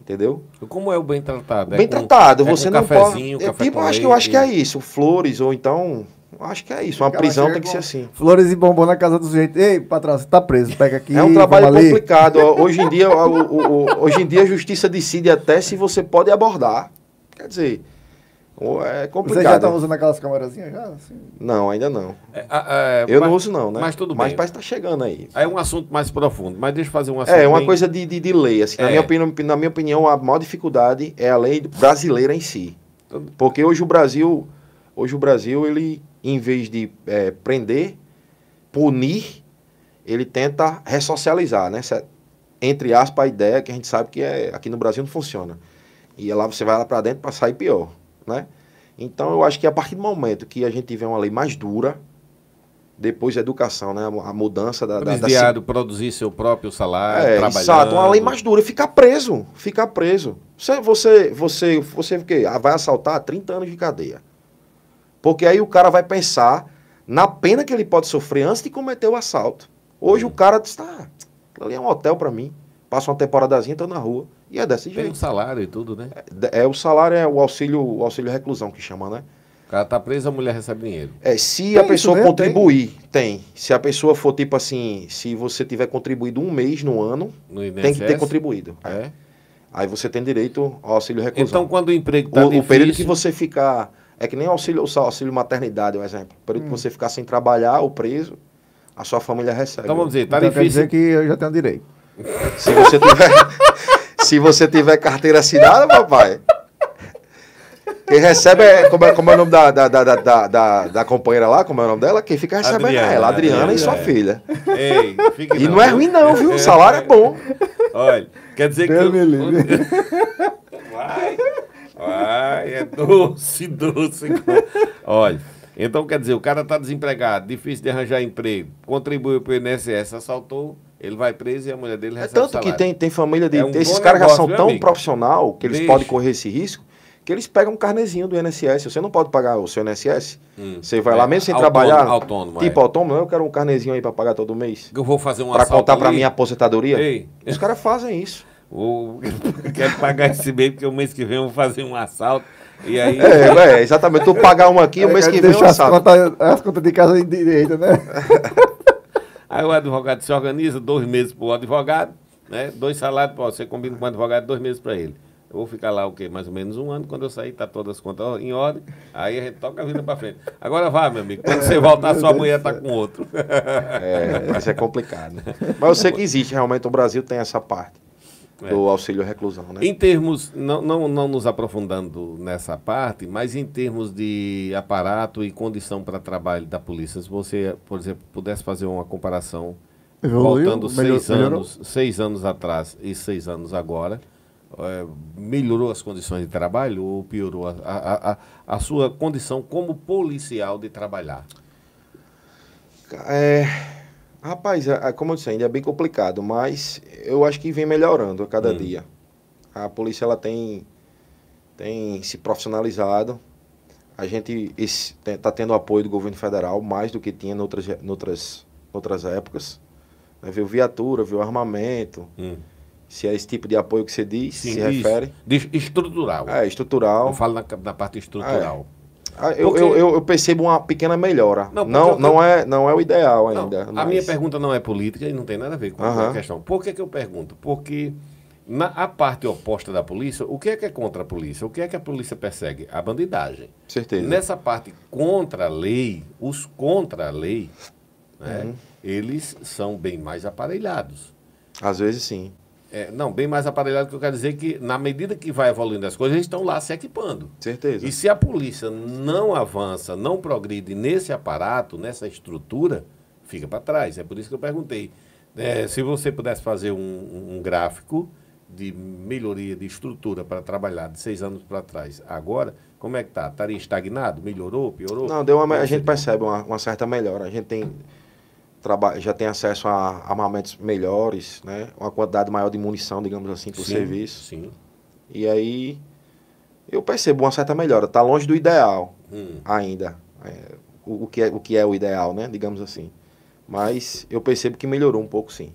Speaker 2: entendeu?
Speaker 1: Como é o bem tratado? É
Speaker 2: bem
Speaker 1: Uhum. com-
Speaker 2: tratado.
Speaker 1: é com
Speaker 2: você não
Speaker 1: cafezinho,
Speaker 2: pode. É,
Speaker 1: café
Speaker 2: tipo,
Speaker 1: com
Speaker 2: eu acho que eu acho que é
Speaker 1: leite.
Speaker 2: isso. Flores ou então, eu acho que é isso. Uma
Speaker 4: O cara
Speaker 2: prisão
Speaker 4: chega
Speaker 2: tem que
Speaker 4: com-
Speaker 2: ser assim.
Speaker 3: Flores e bombom na casa do sujeito. Ei, patrão, você tá preso, pega aqui.
Speaker 2: É um trabalho
Speaker 3: vamos ali.
Speaker 2: complicado. Hoje em, dia, o- o- o- hoje em dia a justiça decide até se você pode abordar. Quer dizer, o- é
Speaker 3: Você já
Speaker 2: complicado.
Speaker 3: tá usando aquelas camarazinhas já? Assim?
Speaker 2: Não, ainda não.
Speaker 1: É, a- é,
Speaker 2: Eu
Speaker 1: mas-
Speaker 2: não uso não, né?
Speaker 1: Mas tudo
Speaker 2: Mas
Speaker 1: bem.
Speaker 2: parece que tá chegando aí.
Speaker 1: É um assunto mais profundo, mas deixa eu fazer um assunto.
Speaker 2: É, uma
Speaker 1: bem-
Speaker 2: coisa de, de, de lei. Assim,
Speaker 1: É.
Speaker 2: na, minha opinião, na minha opinião, a maior dificuldade é a lei brasileira em si. Porque hoje o Brasil, hoje o Brasil ele, em vez de eh, prender, punir, ele tenta ressocializar, né? Essa- entre aspas, a ideia que a gente sabe que é, aqui no Brasil não funciona. E é lá você vai lá para dentro para sair pior, né? Então eu acho que a partir do momento que a gente tiver uma lei mais dura, depois a educação, né? A mudança da, da, da, ci-
Speaker 1: Presidiário, produzir seu próprio salário,
Speaker 2: é,
Speaker 1: trabalhando.
Speaker 2: exato, uma lei mais dura, ficar preso, ficar preso. Você, você, você, você o quê? Ah, vai assaltar 30 anos de cadeia. Porque aí o cara vai pensar na pena que ele pode sofrer antes de cometer o assalto. Hoje o cara está, ali é um hotel pra mim. Passa uma temporadazinha, tô na rua. E é desse
Speaker 1: Tem um
Speaker 2: jeito.
Speaker 1: salário e tudo, né?
Speaker 2: É, o salário é o auxílio, o auxílio reclusão que chama, né?
Speaker 1: O cara tá preso, a mulher recebe dinheiro.
Speaker 2: É, se
Speaker 3: Tem
Speaker 2: a
Speaker 3: isso
Speaker 2: pessoa
Speaker 3: mesmo,
Speaker 2: contribuir, tem. Se a pessoa for tipo assim, se você tiver contribuído um mês no ano,
Speaker 1: No INSS.
Speaker 2: tem que ter contribuído.
Speaker 1: É.
Speaker 2: Aí você tem direito ao auxílio reclusão.
Speaker 1: Então, quando o emprego tá
Speaker 2: o, o
Speaker 1: difícil...
Speaker 2: período que você ficar. É que nem auxílio, o sal- auxílio maternidade, um exemplo. O
Speaker 1: Hum.
Speaker 2: período que você ficar sem trabalhar ou preso, a sua família recebe.
Speaker 1: Então, vamos dizer, tá
Speaker 3: Então quer
Speaker 1: difícil...
Speaker 3: dizer que eu já tenho direito.
Speaker 2: Se você tiver, se você tiver carteira assinada, papai. Quem recebe é. Como é, como é o nome da, da, da, da- da, da, da companheira lá? Como é o nome dela? Quem fica recebendo
Speaker 1: Adriana,
Speaker 2: é ela, Adriana,
Speaker 1: Adriana,
Speaker 2: e sua
Speaker 1: é.
Speaker 2: filha.
Speaker 1: Ei, fique
Speaker 2: E não é
Speaker 1: viu?
Speaker 2: ruim, não, viu? O salário é bom.
Speaker 1: Olha, quer dizer que...
Speaker 3: Deus me livre.
Speaker 1: Vai, vai, é doce, doce. Olha, então quer dizer, o cara tá desempregado, difícil de arranjar emprego, contribuiu pro INSS, assaltou, ele vai preso e a mulher dele
Speaker 2: É
Speaker 1: recebe
Speaker 2: tanto que
Speaker 1: salário.
Speaker 2: tem, tem família de.
Speaker 1: É um
Speaker 2: esses
Speaker 1: bom
Speaker 2: caras já
Speaker 1: negócio,
Speaker 2: são
Speaker 1: viu,
Speaker 2: tão
Speaker 1: amigo?
Speaker 2: profissional que eles
Speaker 1: Deixa.
Speaker 2: podem correr esse risco que eles pegam um carnezinho do INSS. Você não pode pagar o seu INSS.
Speaker 1: Hum,
Speaker 2: Você vai
Speaker 1: é,
Speaker 2: lá mesmo sem
Speaker 1: autônomo,
Speaker 2: trabalhar.
Speaker 1: autônomo,
Speaker 2: tipo
Speaker 1: é.
Speaker 2: autônomo, eu quero um carnezinho aí para pagar todo mês.
Speaker 1: Eu vou fazer um
Speaker 2: Para
Speaker 1: assalto
Speaker 2: contar para
Speaker 1: ali,
Speaker 2: minha aposentadoria.
Speaker 1: Ei.
Speaker 2: Os caras fazem isso.
Speaker 1: vou- quero pagar esse mês, porque o mês que vem eu vou fazer um assalto, e aí...
Speaker 2: É, é, exatamente. Tu pagar um aqui, o mês que vem eu
Speaker 3: Deixa as
Speaker 2: assalto.
Speaker 3: contas, as contas de casa em direita, né?
Speaker 1: Aí o advogado se organiza, dois meses para o advogado, né? dois salários, pra você combina com o advogado, dois meses para ele. Eu vou ficar lá o quê? Mais ou menos um ano. Quando eu sair, tá todas as contas em ordem. Aí a gente toca a vida para frente. Agora vá, meu amigo. Quando você voltar, sua mulher tá com outro.
Speaker 2: É, mas é complicado. Mas eu sei que existe, realmente, o Brasil tem essa parte do auxílio reclusão, né?
Speaker 1: É. Em termos, não, não, não nos aprofundando nessa parte, mas em termos de aparato e condição para trabalho da polícia, se você, por exemplo, pudesse fazer uma comparação
Speaker 3: Evoluiu,
Speaker 1: voltando seis
Speaker 3: melhor- melhorou?
Speaker 1: anos, seis anos atrás e seis anos agora, eh, melhorou as condições de trabalho ou piorou a, a, a, a sua condição como policial de trabalhar?
Speaker 2: É, rapaz, é- é como eu disse, ainda é bem complicado, mas eu acho que vem melhorando a
Speaker 1: Hum.
Speaker 2: cada dia. A polícia ela tem, tem se profissionalizado. A gente está tendo apoio do governo federal mais do que tinha em outras, outras, outras épocas. Né, Viu viatura, viu armamento,
Speaker 1: Hum.
Speaker 2: se é esse tipo de apoio que você diz, se
Speaker 1: isso.
Speaker 2: refere.
Speaker 1: De estrutural.
Speaker 2: É,
Speaker 1: Eu
Speaker 2: estrutural.
Speaker 1: falo na, na parte estrutural.
Speaker 2: Ah, Eu,
Speaker 1: Porque-
Speaker 2: eu, eu, eu percebo uma pequena melhora.
Speaker 1: Não,
Speaker 2: Não,
Speaker 1: porque eu-
Speaker 2: não, é, não é o ideal
Speaker 1: Não,
Speaker 2: ainda.
Speaker 1: a
Speaker 2: mas-
Speaker 1: minha pergunta não é política e não tem nada a ver com a
Speaker 2: Aham.
Speaker 1: questão. Por que, que eu pergunto? Porque na a parte oposta da polícia, o que é que é contra a polícia? O que é que a polícia persegue? A bandidagem.
Speaker 2: Certeza.
Speaker 1: Nessa parte contra a lei, os contra a lei, né,
Speaker 2: Uhum.
Speaker 1: eles são bem mais aparelhados.
Speaker 2: Às vezes sim.
Speaker 1: É, não, bem mais aparelhados que eu quero dizer que na medida que vai evoluindo as coisas, eles estão lá se equipando.
Speaker 2: Certeza.
Speaker 1: E se a polícia não avança, não progride nesse aparato, nessa estrutura, fica para trás. É por isso que eu perguntei. É, se você pudesse fazer um- um, um gráfico de melhoria de estrutura para trabalhar de seis anos para trás, agora, como é que tá? Estaria estagnado? Melhorou? Piorou?
Speaker 2: Não, deu uma,
Speaker 1: Como
Speaker 2: a gente
Speaker 3: é
Speaker 1: seria?
Speaker 2: percebe uma, uma certa melhora. A gente tem traba, já tem acesso a armamentos melhores, né? Uma quantidade maior de munição, digamos assim, para o
Speaker 1: Sim,
Speaker 2: serviço.
Speaker 1: Sim.
Speaker 2: E aí eu percebo uma certa melhora. Tá longe do ideal
Speaker 1: Hum.
Speaker 2: ainda. É, o, o que é, o que é o ideal, né? Digamos assim. Mas eu percebo que melhorou um pouco, sim.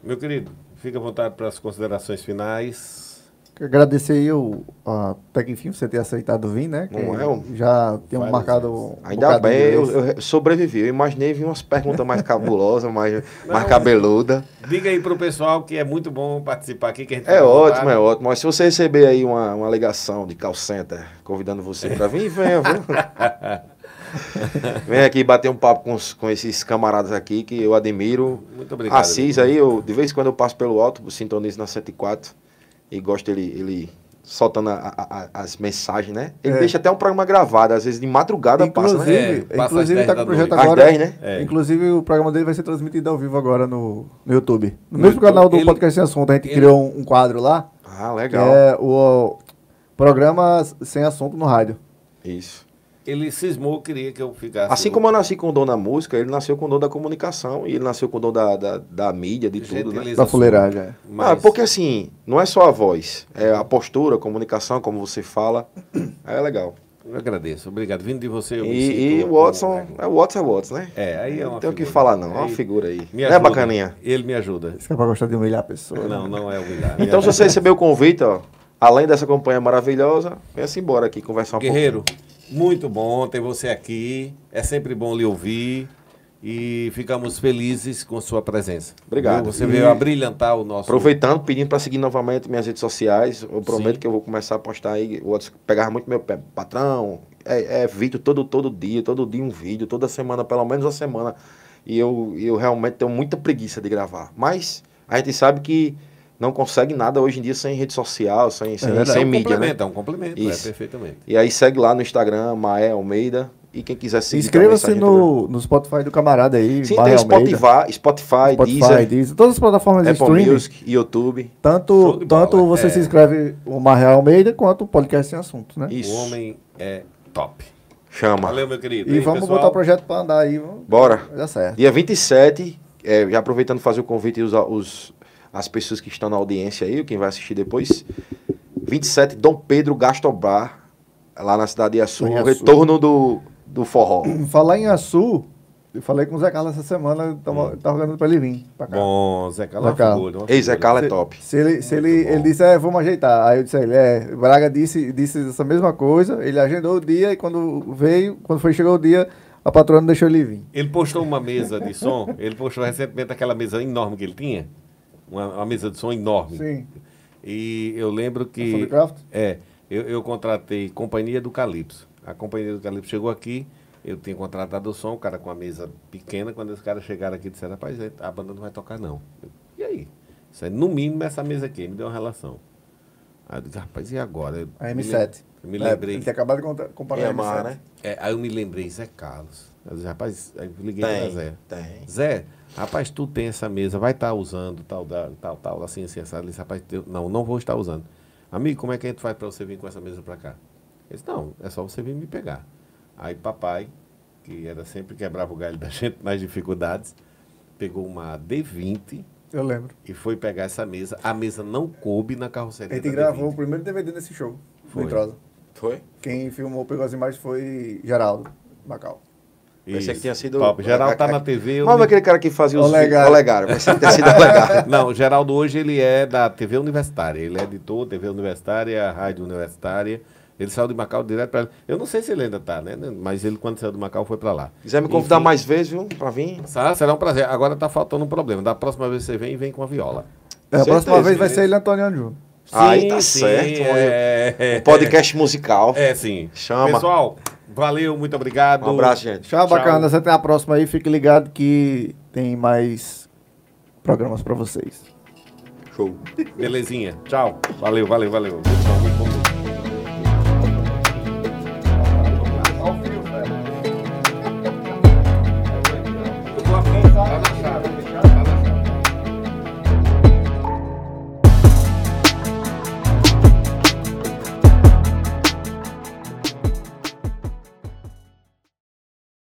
Speaker 1: Meu querido, fica à vontade para as considerações finais.
Speaker 3: Quero Agradecer aí o, a- até que enfim você ter aceitado vir, né? Que
Speaker 2: Não é, um-
Speaker 3: Já
Speaker 1: Várias
Speaker 3: temos marcado.
Speaker 1: vezes.
Speaker 3: um
Speaker 2: Ainda
Speaker 3: bocado de
Speaker 2: bem, eu,
Speaker 3: vezes.
Speaker 2: eu sobrevivi. Eu imaginei vir umas perguntas mais cabulosas, mais, mais cabeluda.
Speaker 1: Diga aí para o pessoal que é muito bom participar aqui. Que a gente
Speaker 2: É
Speaker 1: fica à
Speaker 2: ótimo,
Speaker 1: vontade.
Speaker 2: é ótimo. Mas se você receber aí uma, uma ligação de call center convidando você para vir, venha, viu? Vem aqui bater um papo com, os- com esses camaradas aqui que eu admiro.
Speaker 1: Muito obrigado.
Speaker 2: é Assis aí, eu, de vez em quando eu passo pelo alto, sintonizo na 104 e gosto ele, ele soltando a- a- a- as mensagens, né? Ele
Speaker 3: É.
Speaker 2: deixa até um programa gravado, às vezes de madrugada passa, né?
Speaker 1: É,
Speaker 3: Inclusive,
Speaker 1: passa às
Speaker 3: inclusive
Speaker 1: 10
Speaker 3: tá
Speaker 1: da
Speaker 3: com o projeto
Speaker 1: noite.
Speaker 2: Às
Speaker 3: agora.
Speaker 2: 10, né?
Speaker 1: É.
Speaker 3: Inclusive, o programa dele vai ser transmitido ao vivo agora no, no YouTube.
Speaker 1: No
Speaker 3: No, mesmo
Speaker 1: YouTube.
Speaker 3: canal do
Speaker 1: Ele-
Speaker 3: Podcast Sem Assunto, a gente
Speaker 1: ele-
Speaker 3: criou um, um quadro lá,
Speaker 2: Ah,
Speaker 3: que
Speaker 2: legal.
Speaker 3: é o, programa Sem Assunto no Rádio.
Speaker 2: Isso.
Speaker 1: Ele cismou, queria que eu ficasse.
Speaker 2: Assim como eu nasci com o dom da música, ele nasceu com o dom da comunicação e ele nasceu com o dom da, da, da mídia, de tudo, né?
Speaker 1: Gentileza
Speaker 3: Da
Speaker 1: sua.
Speaker 3: fuleiragem. é.
Speaker 2: Ah, porque assim, não é só a voz, é a postura, a comunicação, como você fala. É legal.
Speaker 1: Eu agradeço, obrigado. Vindo de você, eu me
Speaker 2: E, e
Speaker 1: sinto
Speaker 2: o Watson,
Speaker 1: como-
Speaker 2: é o Watson, é o Watson, né?
Speaker 1: É, aí é uma
Speaker 2: Não tem o que
Speaker 1: figura.
Speaker 2: falar, não. É uma
Speaker 1: Aí-
Speaker 2: figura aí.
Speaker 1: Me
Speaker 2: Não é
Speaker 1: ajuda.
Speaker 2: bacaninha?
Speaker 1: Ele me ajuda.
Speaker 3: Isso que é pra gostar de humilhar a pessoa. né?
Speaker 1: Não, não é o Guilherme.
Speaker 2: Então, se você receber o convite, ó, além dessa companhia maravilhosa, venha-se embora aqui conversar um
Speaker 1: Guerreiro, muito bom ter você aqui. É sempre bom lhe ouvir. E ficamos felizes com sua presença.
Speaker 2: Obrigado.
Speaker 1: Viu? Você veio abrilhantar o nosso.
Speaker 2: Aproveitando, pedindo para seguir novamente minhas redes sociais. Eu prometo
Speaker 1: Sim.
Speaker 2: que eu vou começar a postar aí. O Watson pegava muito meu pé. Patrão, é, é vídeo todo, todo dia, todo dia um vídeo, toda semana, pelo menos uma semana. E eu, eu realmente tenho muita preguiça de gravar. Mas a gente sabe que não consegue nada hoje em dia sem rede social, sem, sem,
Speaker 3: verdade.
Speaker 1: É
Speaker 2: sem
Speaker 1: um
Speaker 2: mídia, né?
Speaker 1: complemento, é um complemento,
Speaker 2: Isso.
Speaker 1: é perfeitamente.
Speaker 2: E aí segue lá no Instagram, Maé Almeida. E quem quiser seguir
Speaker 3: Inscreva-se
Speaker 2: também, segue
Speaker 3: no, no Spotify do camarada aí.
Speaker 2: também. Sim,
Speaker 3: Barra
Speaker 2: tem
Speaker 3: Almeida,
Speaker 2: Spotify, Spotify,
Speaker 3: Spotify,
Speaker 2: Deezer,
Speaker 3: Deezer, todas as plataformas de
Speaker 2: Apple
Speaker 3: streaming.
Speaker 2: Music, YouTube.
Speaker 1: Show
Speaker 3: Tanto,
Speaker 1: de bola,
Speaker 3: tanto você
Speaker 1: é.
Speaker 3: se inscreve o Marreal Almeida quanto o Podcast Sem Assunto, né?
Speaker 2: Isso.
Speaker 1: O homem é top.
Speaker 2: Chama.
Speaker 1: Valeu, meu querido.
Speaker 3: E,
Speaker 1: Hein,
Speaker 3: vamos
Speaker 1: pessoal?
Speaker 3: botar o projeto pra andar aí. vamos-
Speaker 2: Bora.
Speaker 3: Vai dar certo.
Speaker 2: Dia 27, é, já aproveitando fazer o convite e os, os- as pessoas que estão na audiência aí, quem vai assistir depois. 27, Dom Pedro Gastobar, lá na cidade de Açu,
Speaker 3: Em
Speaker 2: o
Speaker 3: Açu.
Speaker 2: retorno do, do forró.
Speaker 3: Falar em Açu, eu falei com o Zé Carlos essa semana, tava, tava organizando pra ele vir pra cá.
Speaker 1: Hum. Bom, Zé Carlos.
Speaker 3: Zé Carlos.
Speaker 2: Ei, Zé Carla é top.
Speaker 3: Se ele, se ele, ele disse, é, vamos ajeitar. Aí eu disse a ele, é, Braga disse, disse essa mesma coisa, ele agendou o dia e quando veio, quando foi chegou o dia, a patroa não deixou ele vir.
Speaker 1: Ele postou uma mesa de som, ele postou recentemente aquela mesa enorme que ele tinha, uma, uma mesa de som enorme.
Speaker 3: Sim.
Speaker 1: E eu lembro
Speaker 3: A
Speaker 1: que.
Speaker 3: Thundercraft?
Speaker 1: É, eu, eu contratei Companhia do Calypso. A Companhia do Calypso chegou aqui, eu tinha contratado o som, o cara com a mesa pequena. Quando os caras chegaram aqui, disseram: rapaz, é, a banda não vai tocar, não. Eu, e aí? Isso é, no mínimo, essa mesa aqui, me deu uma relação. Aí eu disse: rapaz, e agora? Eu
Speaker 3: A
Speaker 1: me
Speaker 3: M7.
Speaker 1: lem- Eu me
Speaker 3: É,
Speaker 1: lembrei.
Speaker 3: Ele tinha acabado de conta- comparar
Speaker 2: É,
Speaker 3: a M7.
Speaker 2: né?
Speaker 1: É, aí eu me lembrei, Zé Carlos. Eu disse, rapaz, aí liguei para
Speaker 2: Tem,
Speaker 1: Zé.
Speaker 2: tem.
Speaker 1: Zé, rapaz, tu tem essa mesa, vai estar usando tal, da- tal, tal, assim, assim, essa disse, rapaz, eu- não, não vou estar usando. Amigo, como é que a gente faz para você vir com essa mesa para cá? Ele disse, não, é só você vir me pegar. Aí papai, que era sempre quebrava o galho da gente nas dificuldades, pegou uma D20
Speaker 3: Eu lembro.
Speaker 1: e foi pegar essa mesa. A mesa não coube na
Speaker 3: A
Speaker 1: carroceria
Speaker 3: gente
Speaker 1: da
Speaker 3: gravou o
Speaker 1: D20.
Speaker 3: primeiro DVD nesse show.
Speaker 1: tá Foi.
Speaker 3: Foi. Nitrosa.
Speaker 2: Foi?
Speaker 3: Quem filmou, pegou as imagens foi Geraldo Macau.
Speaker 2: Pensei
Speaker 1: Isso.
Speaker 2: que tinha sido-
Speaker 1: Top. Geral tá na TV. eu
Speaker 2: Mas
Speaker 1: nem-
Speaker 2: aquele cara que fazia os
Speaker 3: Olegário.
Speaker 2: vídeos- Olegário. Mas tem sido Olegário.
Speaker 1: Não, o Geraldo hoje ele é da TV Universitária. Ele é editor, TV Universitária, Rádio Universitária. Ele saiu de Macau direto para. Eu não sei se ele ainda está, né? Mas ele, quando saiu de Macau, foi para lá.
Speaker 2: Quiser me convidar
Speaker 1: Enfim,
Speaker 2: mais vezes, viu? Pra vir.
Speaker 1: Será, será um prazer. Agora tá faltando um problema. Da próxima vez que você vem, vem com a viola.
Speaker 3: É, a
Speaker 2: Certeza,
Speaker 3: próxima vez vai
Speaker 2: beleza.
Speaker 3: ser ele e Antônio Júnior.
Speaker 2: Aí tá certo.
Speaker 1: É,
Speaker 2: Um podcast musical.
Speaker 1: é, sim.
Speaker 2: Chama.
Speaker 1: Pessoal, valeu, muito obrigado.
Speaker 2: Um abraço, gente.
Speaker 3: Tchau, bacana. Até a próxima aí. Fique ligado que tem mais programas pra vocês.
Speaker 2: Show.
Speaker 1: Belezinha. Tchau. Valeu, valeu, valeu. Pessoal, muito bom.
Speaker 4: Ao vivo, velho.
Speaker 1: Eu tô afim, tá na chave.